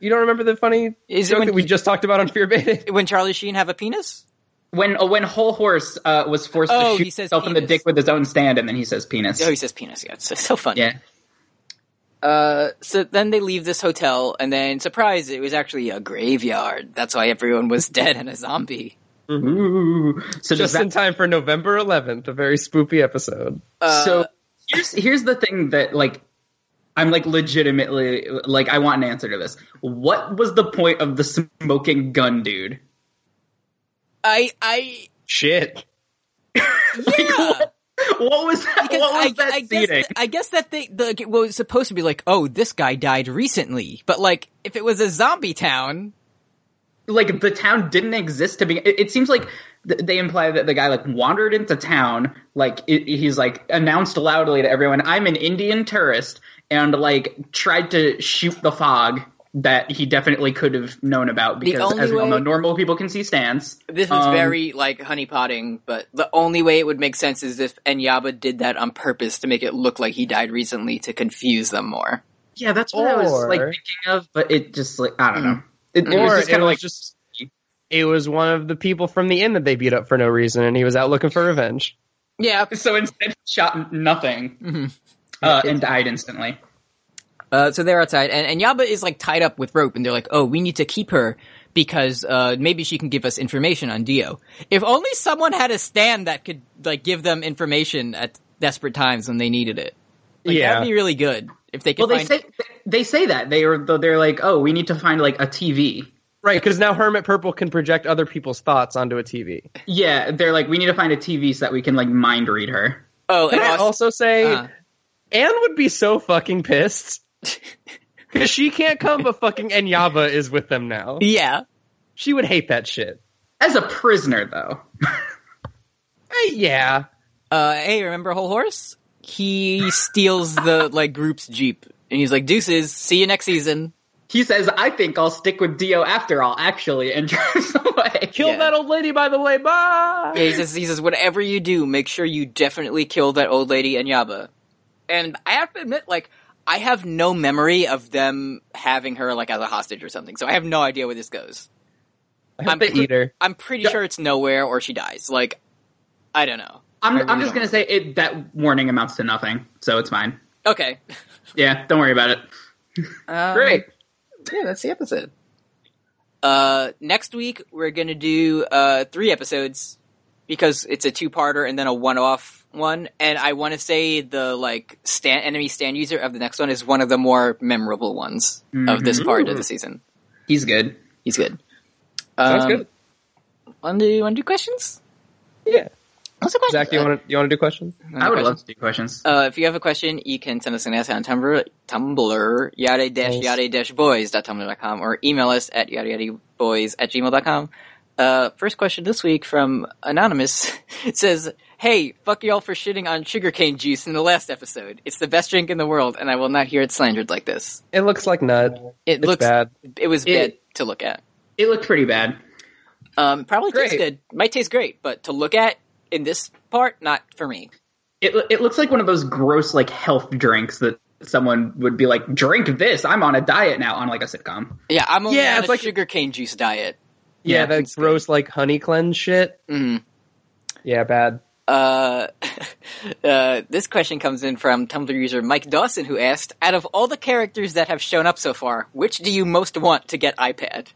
[SPEAKER 2] You don't remember the funny
[SPEAKER 1] Is it
[SPEAKER 2] joke
[SPEAKER 1] when-
[SPEAKER 2] that we just talked about on Fear Baited?
[SPEAKER 1] When Charlie Sheen have a penis?
[SPEAKER 3] When uh, when Whole Horse uh, was forced
[SPEAKER 1] Oh,
[SPEAKER 3] to shoot
[SPEAKER 1] he says
[SPEAKER 3] himself in the
[SPEAKER 1] penis.
[SPEAKER 3] dick with his own stand, and then he says penis.
[SPEAKER 1] Oh, he says penis. Yeah, it's so funny.
[SPEAKER 3] yeah.
[SPEAKER 1] Uh, so then they leave this hotel, and then surprise, it was actually a graveyard. That's why everyone was dead and a zombie.
[SPEAKER 3] Ooh. So does
[SPEAKER 2] Just
[SPEAKER 3] that
[SPEAKER 2] in time for November 11th, a very spoopy episode.
[SPEAKER 1] Uh,
[SPEAKER 3] so here's here's the thing that like I'm like legitimately like I want an answer to this. What was the point of the smoking gun dude?
[SPEAKER 1] I, I,
[SPEAKER 2] Shit.
[SPEAKER 1] yeah.
[SPEAKER 3] What was that?
[SPEAKER 1] Because
[SPEAKER 3] what was
[SPEAKER 1] I,
[SPEAKER 3] that
[SPEAKER 1] I guess
[SPEAKER 3] seating?
[SPEAKER 1] I guess that they the, it was supposed to be like, oh, this guy died recently, but like if it was a zombie town,
[SPEAKER 3] like the town didn't exist to begin. It, it seems like th- they imply that the guy like wandered into town. Like i he's like announced loudly to everyone, "I'm an Indian tourist," and like tried to shoot the fog. That he definitely could have known about because,
[SPEAKER 1] only
[SPEAKER 3] as we all
[SPEAKER 1] way-
[SPEAKER 3] know, normal people can see stands.
[SPEAKER 1] this was
[SPEAKER 3] Um,
[SPEAKER 1] very like honeypotting. But the only way it would make sense is if Enyaba did that on purpose to make it look like he died recently to confuse them more.
[SPEAKER 3] Yeah, that's what I was like
[SPEAKER 2] Or- Mm.
[SPEAKER 3] thinking of, but it just like I don't know. It, it was
[SPEAKER 2] Or
[SPEAKER 3] just
[SPEAKER 2] it
[SPEAKER 3] kind of
[SPEAKER 2] was
[SPEAKER 3] like
[SPEAKER 2] just it was one of the people from the inn that they beat up for no reason, and he was out looking for revenge.
[SPEAKER 1] Yeah,
[SPEAKER 3] so instead shot nothing
[SPEAKER 1] Mhm.
[SPEAKER 2] Mm-hmm.
[SPEAKER 3] uh, and died instantly.
[SPEAKER 1] Uh, so they're outside, and, and Yaba is like tied up with rope, and they're like, "Oh, we need to keep her because uh, maybe she can give us information on Dio." If only someone had a stand that could like give them information at desperate times when they needed it. Like,
[SPEAKER 2] Yeah.
[SPEAKER 1] that'd be really good if they could.
[SPEAKER 3] Well, they
[SPEAKER 1] find-
[SPEAKER 3] say they say that they are they're like, oh, we need to find like a TV.
[SPEAKER 2] Right, because now Hermit Purple can project other people's thoughts onto a TV.
[SPEAKER 3] Yeah, they're like, we need to find a TV so that we can like mind read her.
[SPEAKER 1] Oh,
[SPEAKER 2] Can
[SPEAKER 1] and
[SPEAKER 2] I
[SPEAKER 1] also,
[SPEAKER 2] also say,
[SPEAKER 1] uh,
[SPEAKER 2] Anne would be so fucking pissed because she can't come, but fucking Enyaba is with them now.
[SPEAKER 1] yeah,
[SPEAKER 2] She would hate that shit.
[SPEAKER 3] As a prisoner, though.
[SPEAKER 2] Eh, yeah,
[SPEAKER 1] uh, hey, remember Whole Horse? He steals the like group's jeep, and he's like, "Deuces, see you next season."
[SPEAKER 3] He says, I think I'll stick with Dio after all, actually, and drives away.
[SPEAKER 2] kill
[SPEAKER 1] Yeah.
[SPEAKER 2] that old lady. By the way, bye.
[SPEAKER 1] Yeah, he says, he says, whatever you do, make sure you definitely kill that old lady and Yaba. And I have to admit, like, I have no memory of them having her like as a hostage or something, so I have no idea where this goes.
[SPEAKER 2] I hope
[SPEAKER 1] I'm
[SPEAKER 2] they
[SPEAKER 1] pre-
[SPEAKER 2] eat her.
[SPEAKER 1] I'm pretty
[SPEAKER 3] Yeah.
[SPEAKER 1] sure it's nowhere or she dies. Like, I don't know.
[SPEAKER 3] I'm,
[SPEAKER 1] I really
[SPEAKER 3] I'm just
[SPEAKER 1] don't.
[SPEAKER 3] gonna say it. That warning amounts to nothing, so it's fine.
[SPEAKER 1] Okay,
[SPEAKER 3] Yeah, don't worry about it.
[SPEAKER 1] Um,
[SPEAKER 3] Great.
[SPEAKER 1] Yeah, that's the episode. Uh, next week we're gonna do uh three episodes because it's a two-parter and then a one-off one. And I want to say the like stand enemy stand user of the next one is one of the more memorable ones of
[SPEAKER 2] Mm-hmm.
[SPEAKER 1] this part of the season.
[SPEAKER 3] He's good.
[SPEAKER 1] He's good.
[SPEAKER 2] Sounds
[SPEAKER 1] um,
[SPEAKER 2] good.
[SPEAKER 1] Want to do want to do questions?
[SPEAKER 2] Yeah,
[SPEAKER 1] What's the question?
[SPEAKER 2] Zach, you want to you want to do questions?
[SPEAKER 1] Uh,
[SPEAKER 3] I would
[SPEAKER 1] questions?
[SPEAKER 3] love to do questions.
[SPEAKER 1] Uh, if you have a question, you can send us an essay on Tumblr, Tumblr, yada dash
[SPEAKER 2] Nice.
[SPEAKER 1] yada dash boys dot tumblr dot com, or email us at yada yada boys at gmail dot com. Uh, first question this week from Anonymous says, Hey, fuck y'all for shitting on sugarcane juice in the last episode. It's the best drink in the world, and I will not hear it slandered like this.
[SPEAKER 2] It looks like nut.
[SPEAKER 1] It
[SPEAKER 2] It's
[SPEAKER 1] looks,
[SPEAKER 2] bad.
[SPEAKER 1] it was
[SPEAKER 3] It-
[SPEAKER 1] bad to look at.
[SPEAKER 3] It looked pretty bad.
[SPEAKER 1] Um, probably tastes
[SPEAKER 2] Great.
[SPEAKER 1] good. Might taste great, but to look at in this part, not for me.
[SPEAKER 3] It lo- it looks like one of those gross like health drinks that someone would be like, "Drink this. I'm on a diet now." On like a sitcom.
[SPEAKER 1] Yeah, I'm only
[SPEAKER 2] Yeah,
[SPEAKER 1] on
[SPEAKER 2] it's
[SPEAKER 1] a
[SPEAKER 2] like-
[SPEAKER 1] sugarcane juice diet.
[SPEAKER 2] Yeah,
[SPEAKER 3] Yeah,
[SPEAKER 2] that
[SPEAKER 1] it's good.
[SPEAKER 2] gross like honey cleanse shit.
[SPEAKER 1] Mm.
[SPEAKER 2] Yeah, bad.
[SPEAKER 1] uh, uh, this question comes in from Tumblr user Mike Dawson, who asked, "Out of all the characters that have shown up so far, which do you most want to get iPad?"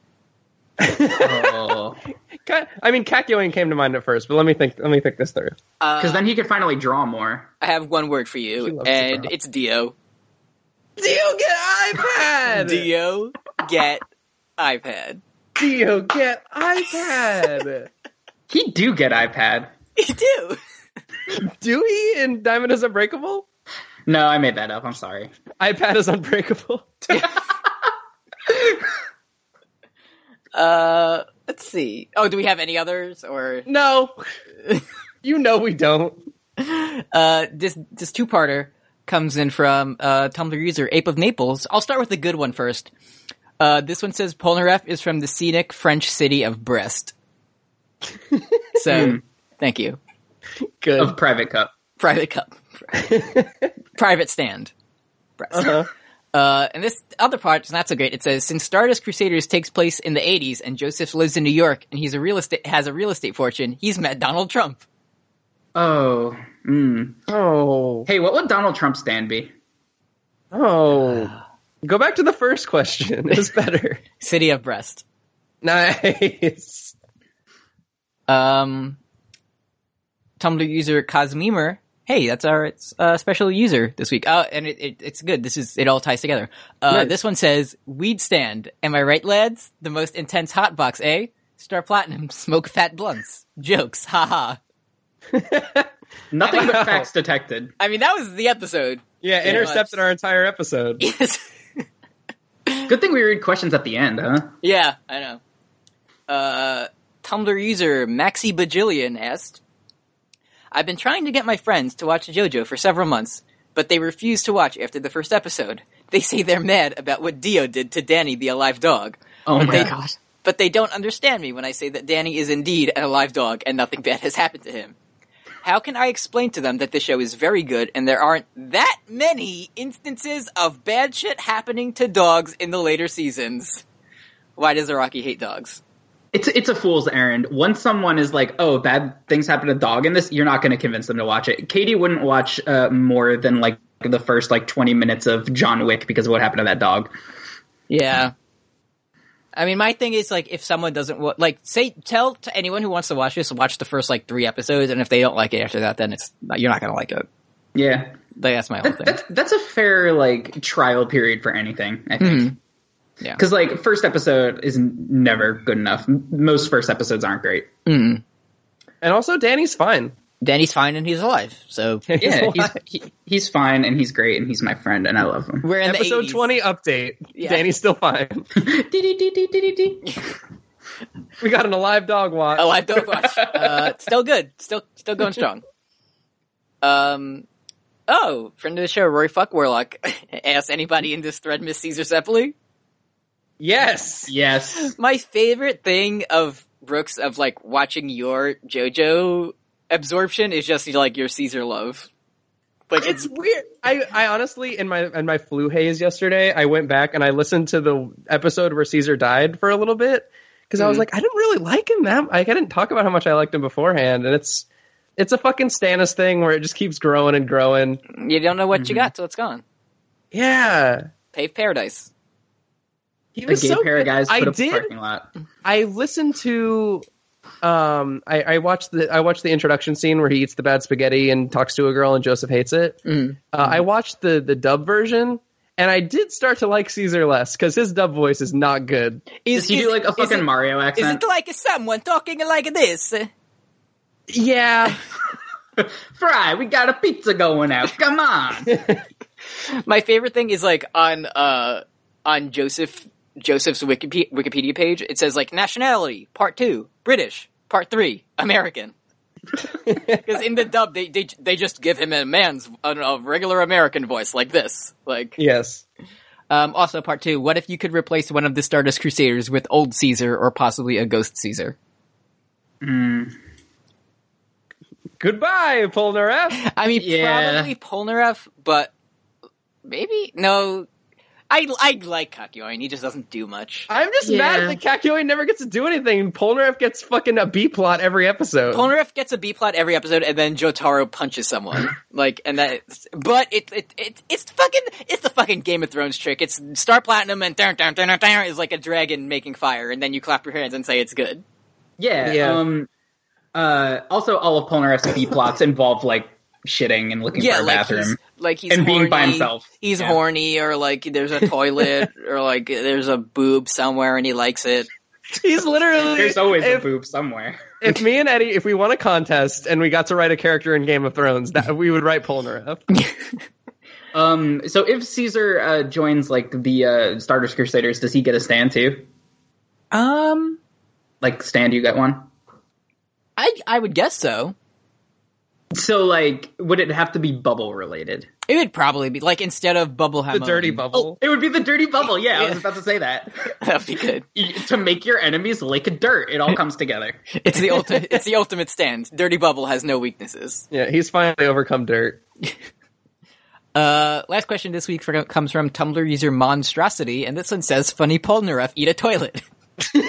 [SPEAKER 1] Oh.
[SPEAKER 3] Because
[SPEAKER 2] Ki- I mean, Kakyoin came to mind at first, but let me think. Let me think this through.
[SPEAKER 1] Uh,
[SPEAKER 3] then he could finally draw more.
[SPEAKER 1] I have one word for
[SPEAKER 2] She
[SPEAKER 1] you,
[SPEAKER 2] loves
[SPEAKER 1] and
[SPEAKER 2] Superhot.
[SPEAKER 1] it's Dio.
[SPEAKER 2] Do you get iPad?
[SPEAKER 1] Dio, get iPad.
[SPEAKER 2] Dio get iPad?
[SPEAKER 3] He do get iPad.
[SPEAKER 1] You do.
[SPEAKER 2] Dewey and Diamond is Unbreakable?
[SPEAKER 3] No, I made that up. I'm sorry.
[SPEAKER 2] iPad is Unbreakable.
[SPEAKER 1] Uh, let's see. Oh, do we have any others or?
[SPEAKER 2] no. you know we don't.
[SPEAKER 1] Uh, this this two parter comes in from uh, Tumblr user Ape of Naples. I'll start with the good one first. Uh, this one says Polnareff is from the scenic French city of Brest. so, thank you.
[SPEAKER 3] Of
[SPEAKER 1] Oh.
[SPEAKER 2] Good.
[SPEAKER 3] Private Cup.
[SPEAKER 1] Private cup, private stand. Brest.
[SPEAKER 2] Uh-huh.
[SPEAKER 1] Uh, and this other part is not so great. It says, since Stardust Crusaders takes place in the 80s and Joseph lives in New York and he's a real estate, has a real estate fortune, he's met Donald Trump.
[SPEAKER 3] Oh. Mm.
[SPEAKER 2] Oh.
[SPEAKER 3] Hey, what would Donald Trump's stand be?
[SPEAKER 2] Oh. Go back to the first question. It's better.
[SPEAKER 1] City of Brest.
[SPEAKER 2] nice.
[SPEAKER 1] Um, Tumblr user Cosmemer. Hey, that's our uh, special user this week. Oh, and it, it, it's good. This is it all ties together. Uh,
[SPEAKER 2] Nice.
[SPEAKER 1] This one says weed stand. Am I right, lads? The most intense hot box, eh? Star Platinum, smoke fat blunts, jokes, haha.
[SPEAKER 3] Nothing
[SPEAKER 2] Wow.
[SPEAKER 3] but facts detected.
[SPEAKER 1] I mean, that was the episode.
[SPEAKER 2] Yeah,
[SPEAKER 1] Yeah.
[SPEAKER 2] intercepted our entire episode.
[SPEAKER 1] Yes.
[SPEAKER 3] Good thing we read questions at the end, huh?
[SPEAKER 1] yeah, I know. Uh, Tumblr user Maxi Bajillion asked, I've been trying to get my friends to watch JoJo for several months, but they refuse to watch after the first episode. They say they're mad about what Dio did to Danny the alive dog,
[SPEAKER 3] Oh my
[SPEAKER 1] they-
[SPEAKER 3] god.
[SPEAKER 1] but they don't understand me when I say that Danny is indeed an alive dog and nothing bad has happened to him. How can I explain to them that the show is very good and there aren't that many instances of bad shit happening to dogs in the later seasons? Why does Araki hate dogs?
[SPEAKER 3] It's it's a fool's errand. Once someone is like, "Oh, bad things happen to dog in this," you're not going to convince them to watch it. Katie wouldn't watch uh, more than like the first like 20 minutes of John Wick because of what happened to that dog.
[SPEAKER 1] Yeah. I mean, my thing is like, if someone doesn't wa- like, say, tell to anyone who wants to watch this, watch the first like three episodes, and if they don't like it after that, then it's not, you're not gonna like it.
[SPEAKER 3] Yeah.
[SPEAKER 1] Like, that's my whole
[SPEAKER 3] That,
[SPEAKER 1] thing.
[SPEAKER 3] that's that's a fair like trial period for anything, I think.
[SPEAKER 1] Yeah.
[SPEAKER 3] Because like first episode is n- never good enough. M- Most first episodes aren't great.
[SPEAKER 5] Mm-hmm.
[SPEAKER 1] Mm.
[SPEAKER 2] And also, Danny's fine.
[SPEAKER 5] Danny's fine and he's alive. So
[SPEAKER 3] Yeah,
[SPEAKER 2] He's
[SPEAKER 3] he's he, he's fine and he's great and he's my friend and I love him.
[SPEAKER 5] we're in the
[SPEAKER 2] Episode
[SPEAKER 5] 80s.
[SPEAKER 2] twenty update.
[SPEAKER 1] Yeah.
[SPEAKER 2] Danny's still fine. we got an alive dog watch.
[SPEAKER 1] Oh, I don't watch. Uh, still good. Still, still going strong. Um. Oh, friend of the show, Rory Fuck Warlock, asked anybody in this thread Miss Caesar Zeppeli.
[SPEAKER 2] yes.
[SPEAKER 3] yes.
[SPEAKER 1] My favorite thing of Brooks of like watching your JoJo absorption is just like your Caesar love. Like
[SPEAKER 2] It's
[SPEAKER 1] it's
[SPEAKER 2] weird. I, I honestly in my in my flu haze yesterday, I went back and I listened to the episode where Caesar died for a little bit because I was
[SPEAKER 1] Mhm.
[SPEAKER 2] like, I didn't really like him that. Like, I didn't talk about how much I liked him beforehand, and it's it's a fucking Stannis thing where it just keeps growing and growing.
[SPEAKER 1] you don't know what you
[SPEAKER 3] Mhm.
[SPEAKER 1] got till it's gone.
[SPEAKER 2] Yeah,
[SPEAKER 1] Paved paradise.
[SPEAKER 2] he
[SPEAKER 3] The
[SPEAKER 2] was
[SPEAKER 3] gay
[SPEAKER 2] so
[SPEAKER 3] pair of
[SPEAKER 2] good.
[SPEAKER 3] guys
[SPEAKER 2] I
[SPEAKER 3] put up a
[SPEAKER 2] did.
[SPEAKER 3] parking lot.
[SPEAKER 2] I listened to. Um, I, I watched the I watched the introduction scene where he eats the bad spaghetti and talks to a girl, and Joseph hates it.
[SPEAKER 1] Mm.
[SPEAKER 2] Uh, I watched the the dub version, and I did start to like Caesar less because his dub voice is not good.
[SPEAKER 3] Does he do like a fucking
[SPEAKER 1] Is
[SPEAKER 3] Mario
[SPEAKER 1] it, is
[SPEAKER 3] accent?
[SPEAKER 1] it like someone talking like this?
[SPEAKER 2] Yeah,
[SPEAKER 3] Fry, we got a pizza going out. Come on.
[SPEAKER 1] My favorite thing is like on uh on Joseph Joseph's Wikipedia, Wikipedia page. It says like nationality part two British part three American. Because in the dub they, they they just give him a man's a, a regular American voice like this. Like
[SPEAKER 2] yes.
[SPEAKER 5] Um, also, part two. What if you could replace one of the Stardust Crusaders with old Caesar or possibly a ghost Caesar?
[SPEAKER 3] Mm.
[SPEAKER 2] Goodbye, Polnareff.
[SPEAKER 5] I mean,
[SPEAKER 3] Yeah.
[SPEAKER 1] probably Polnareff, but maybe no. I I like Kakyoin. He just doesn't do much.
[SPEAKER 2] I'm just
[SPEAKER 3] Yeah.
[SPEAKER 2] mad that Kakyoin never gets to do anything. Polnareff gets fucking a B plot every episode.
[SPEAKER 1] Polnareff gets a B plot every episode, and then Jotaro punches someone. like, and that. But it, it it it's fucking it's the fucking Game of Thrones trick. It's Star Platinum and dun, dun, dun, dun, dun, is like a dragon making fire, and then you clap your hands and say it's good.
[SPEAKER 3] Yeah.
[SPEAKER 2] Yeah.
[SPEAKER 3] Um, uh, also, all of Polnareff's B plots involve like shitting and looking
[SPEAKER 1] yeah,
[SPEAKER 3] for a
[SPEAKER 1] like
[SPEAKER 3] bathroom.
[SPEAKER 1] he's like he's
[SPEAKER 3] and being by
[SPEAKER 1] horny,
[SPEAKER 3] himself.
[SPEAKER 1] He's
[SPEAKER 3] Yeah.
[SPEAKER 1] horny, or like there's a toilet, or like there's a boob somewhere, and he likes it.
[SPEAKER 2] He's literally
[SPEAKER 3] There's always
[SPEAKER 2] if,
[SPEAKER 3] a boob somewhere.
[SPEAKER 2] if me and Eddie, if we won a contest and we got to write a character in Game of Thrones, that we would write Polnareff.
[SPEAKER 3] Um, so if Caesar uh, joins like the uh, Stardust Crusaders, does he get a stand too?
[SPEAKER 5] um,
[SPEAKER 3] Like stand, you get one.
[SPEAKER 5] I I would guess so.
[SPEAKER 3] So like, would it have to be bubble related?
[SPEAKER 5] It would probably be like instead of bubble
[SPEAKER 2] the
[SPEAKER 5] hammer.
[SPEAKER 2] dirty bubble.
[SPEAKER 3] It would be the dirty bubble. Yeah, I was about to say that.
[SPEAKER 1] That'd be good.
[SPEAKER 3] You- to make your enemies lick dirt, it all comes together.
[SPEAKER 1] It's the ultimate. it's the ultimate stand. Dirty Bubble has no weaknesses.
[SPEAKER 2] Yeah, he's finally overcome dirt.
[SPEAKER 5] Uh, last question this week for, comes from Tumblr user Monstrosity, and this one says, "Funny Polnareff eat a toilet."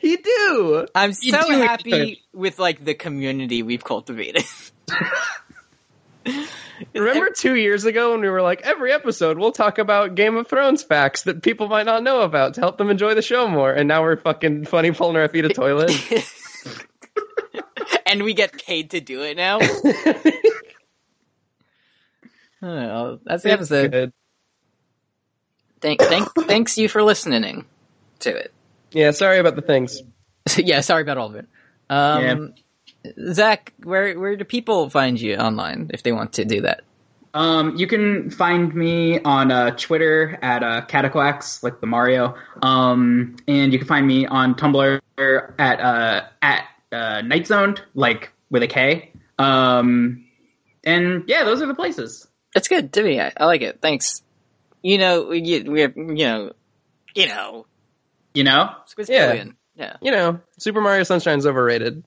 [SPEAKER 2] He do.
[SPEAKER 1] I'm
[SPEAKER 3] You
[SPEAKER 1] so
[SPEAKER 3] do it,
[SPEAKER 1] happy with like the community we've cultivated.
[SPEAKER 2] Remember two years ago when we were like, every episode we'll talk about Game of Thrones facts that people might not know about to help them enjoy the show more, and now we're fucking funny Polnareff eat a toilet.
[SPEAKER 1] and we get paid to do it now.
[SPEAKER 5] Oh, that's the episode.
[SPEAKER 2] Good.
[SPEAKER 1] Thank, thank, thanks you for listening to it.
[SPEAKER 2] Yeah, sorry about the things.
[SPEAKER 5] yeah, sorry about all of it. Um, Zach, where where do people find you online if they want to do that?
[SPEAKER 3] Um, you can find me on uh, Twitter at uh, Cataclax, like the Mario, um, and you can find me on Tumblr at uh, at uh, Night Zoned, like with a K. Um, and yeah, those are the places.
[SPEAKER 1] It's good to me. I, I like it. Thanks. You know, we get- we have, you know, you know,
[SPEAKER 3] You know,
[SPEAKER 1] Squizbillion. Yeah. yeah.
[SPEAKER 2] You know, Super Mario Sunshine's overrated.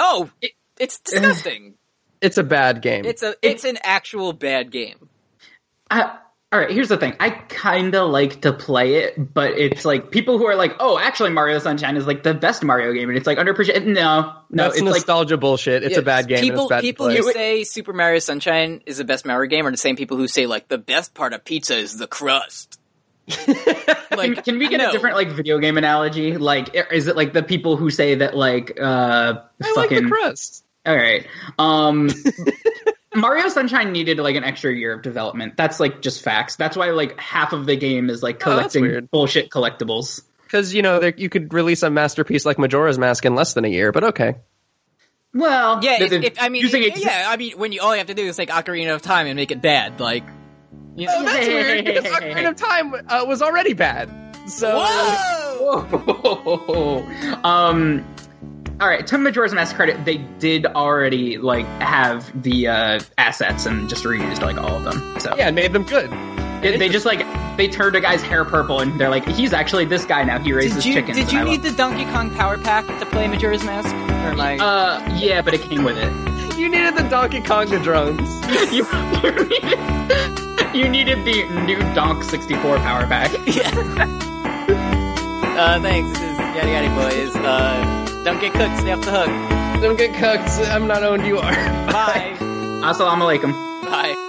[SPEAKER 1] Oh, it, it's disgusting.
[SPEAKER 2] It's a bad game.
[SPEAKER 1] it's a, it's an actual bad game.
[SPEAKER 3] I, all right. Here's the thing: I kind of like to play it, but it's like people who are like, "Oh, actually, Mario Sunshine is like the best Mario game," and it's like underappreciated. No, no,
[SPEAKER 2] That's
[SPEAKER 3] it's like
[SPEAKER 2] nostalgia bullshit. It's
[SPEAKER 1] Yeah,
[SPEAKER 2] a bad game.
[SPEAKER 1] People,
[SPEAKER 2] and it's bad to
[SPEAKER 1] people
[SPEAKER 2] play.
[SPEAKER 1] who say Super Mario Sunshine is the best Mario game are the same people who say like the best part of pizza is the crust.
[SPEAKER 3] Can-
[SPEAKER 1] like,
[SPEAKER 3] can we get
[SPEAKER 1] no.
[SPEAKER 3] a different like video game analogy? Like, i- is it like the people who say that like uh
[SPEAKER 2] I like
[SPEAKER 3] fucking
[SPEAKER 2] the crust.
[SPEAKER 3] all right? Um, Mario Sunshine needed like an extra year of development. That's like just facts. That's why like half of the game is like
[SPEAKER 2] Oh, that's
[SPEAKER 3] collecting
[SPEAKER 2] weird.
[SPEAKER 3] bullshit collectibles.
[SPEAKER 2] Because you know there, you could release a masterpiece like Majora's Mask in less than a year, but okay.
[SPEAKER 3] Well,
[SPEAKER 5] Yeah,
[SPEAKER 3] the-
[SPEAKER 5] if,
[SPEAKER 3] the-
[SPEAKER 5] if- I mean,
[SPEAKER 3] using
[SPEAKER 5] yeah,
[SPEAKER 3] ex-
[SPEAKER 5] yeah, I mean, when you all you have to do is like Ocarina of Time and make it bad, like, you know.
[SPEAKER 2] Oh, that's weird. Because Ocarina of Time uh, was already bad. So
[SPEAKER 5] Whoa!
[SPEAKER 3] Whoa. Um. All right, to Majora's Mask credit, they did already like have the uh, assets and just reused like all of them. So
[SPEAKER 2] yeah, it made them good.
[SPEAKER 3] they, they just like they turned a guy's hair purple and they're like, he's actually this guy now. He raises
[SPEAKER 5] Did you
[SPEAKER 3] chickens.
[SPEAKER 5] did
[SPEAKER 3] and
[SPEAKER 5] you
[SPEAKER 3] I
[SPEAKER 5] need
[SPEAKER 3] love-
[SPEAKER 5] the Donkey Kong Power Pack to play Majora's Mask? Or like,
[SPEAKER 3] Uh, yeah, but it came with it.
[SPEAKER 2] You needed the Donkey Konga drones.
[SPEAKER 3] you, you needed you needed the new Donk 64 power pack.
[SPEAKER 1] Uh, thanks. This is Yaddy Yaddy Boys. Uh, don't get cooked. Stay off the hook.
[SPEAKER 2] Don't get cooked. I'm not owned. You are.
[SPEAKER 1] Bye.
[SPEAKER 3] Assalamu alaikum.
[SPEAKER 1] Bye.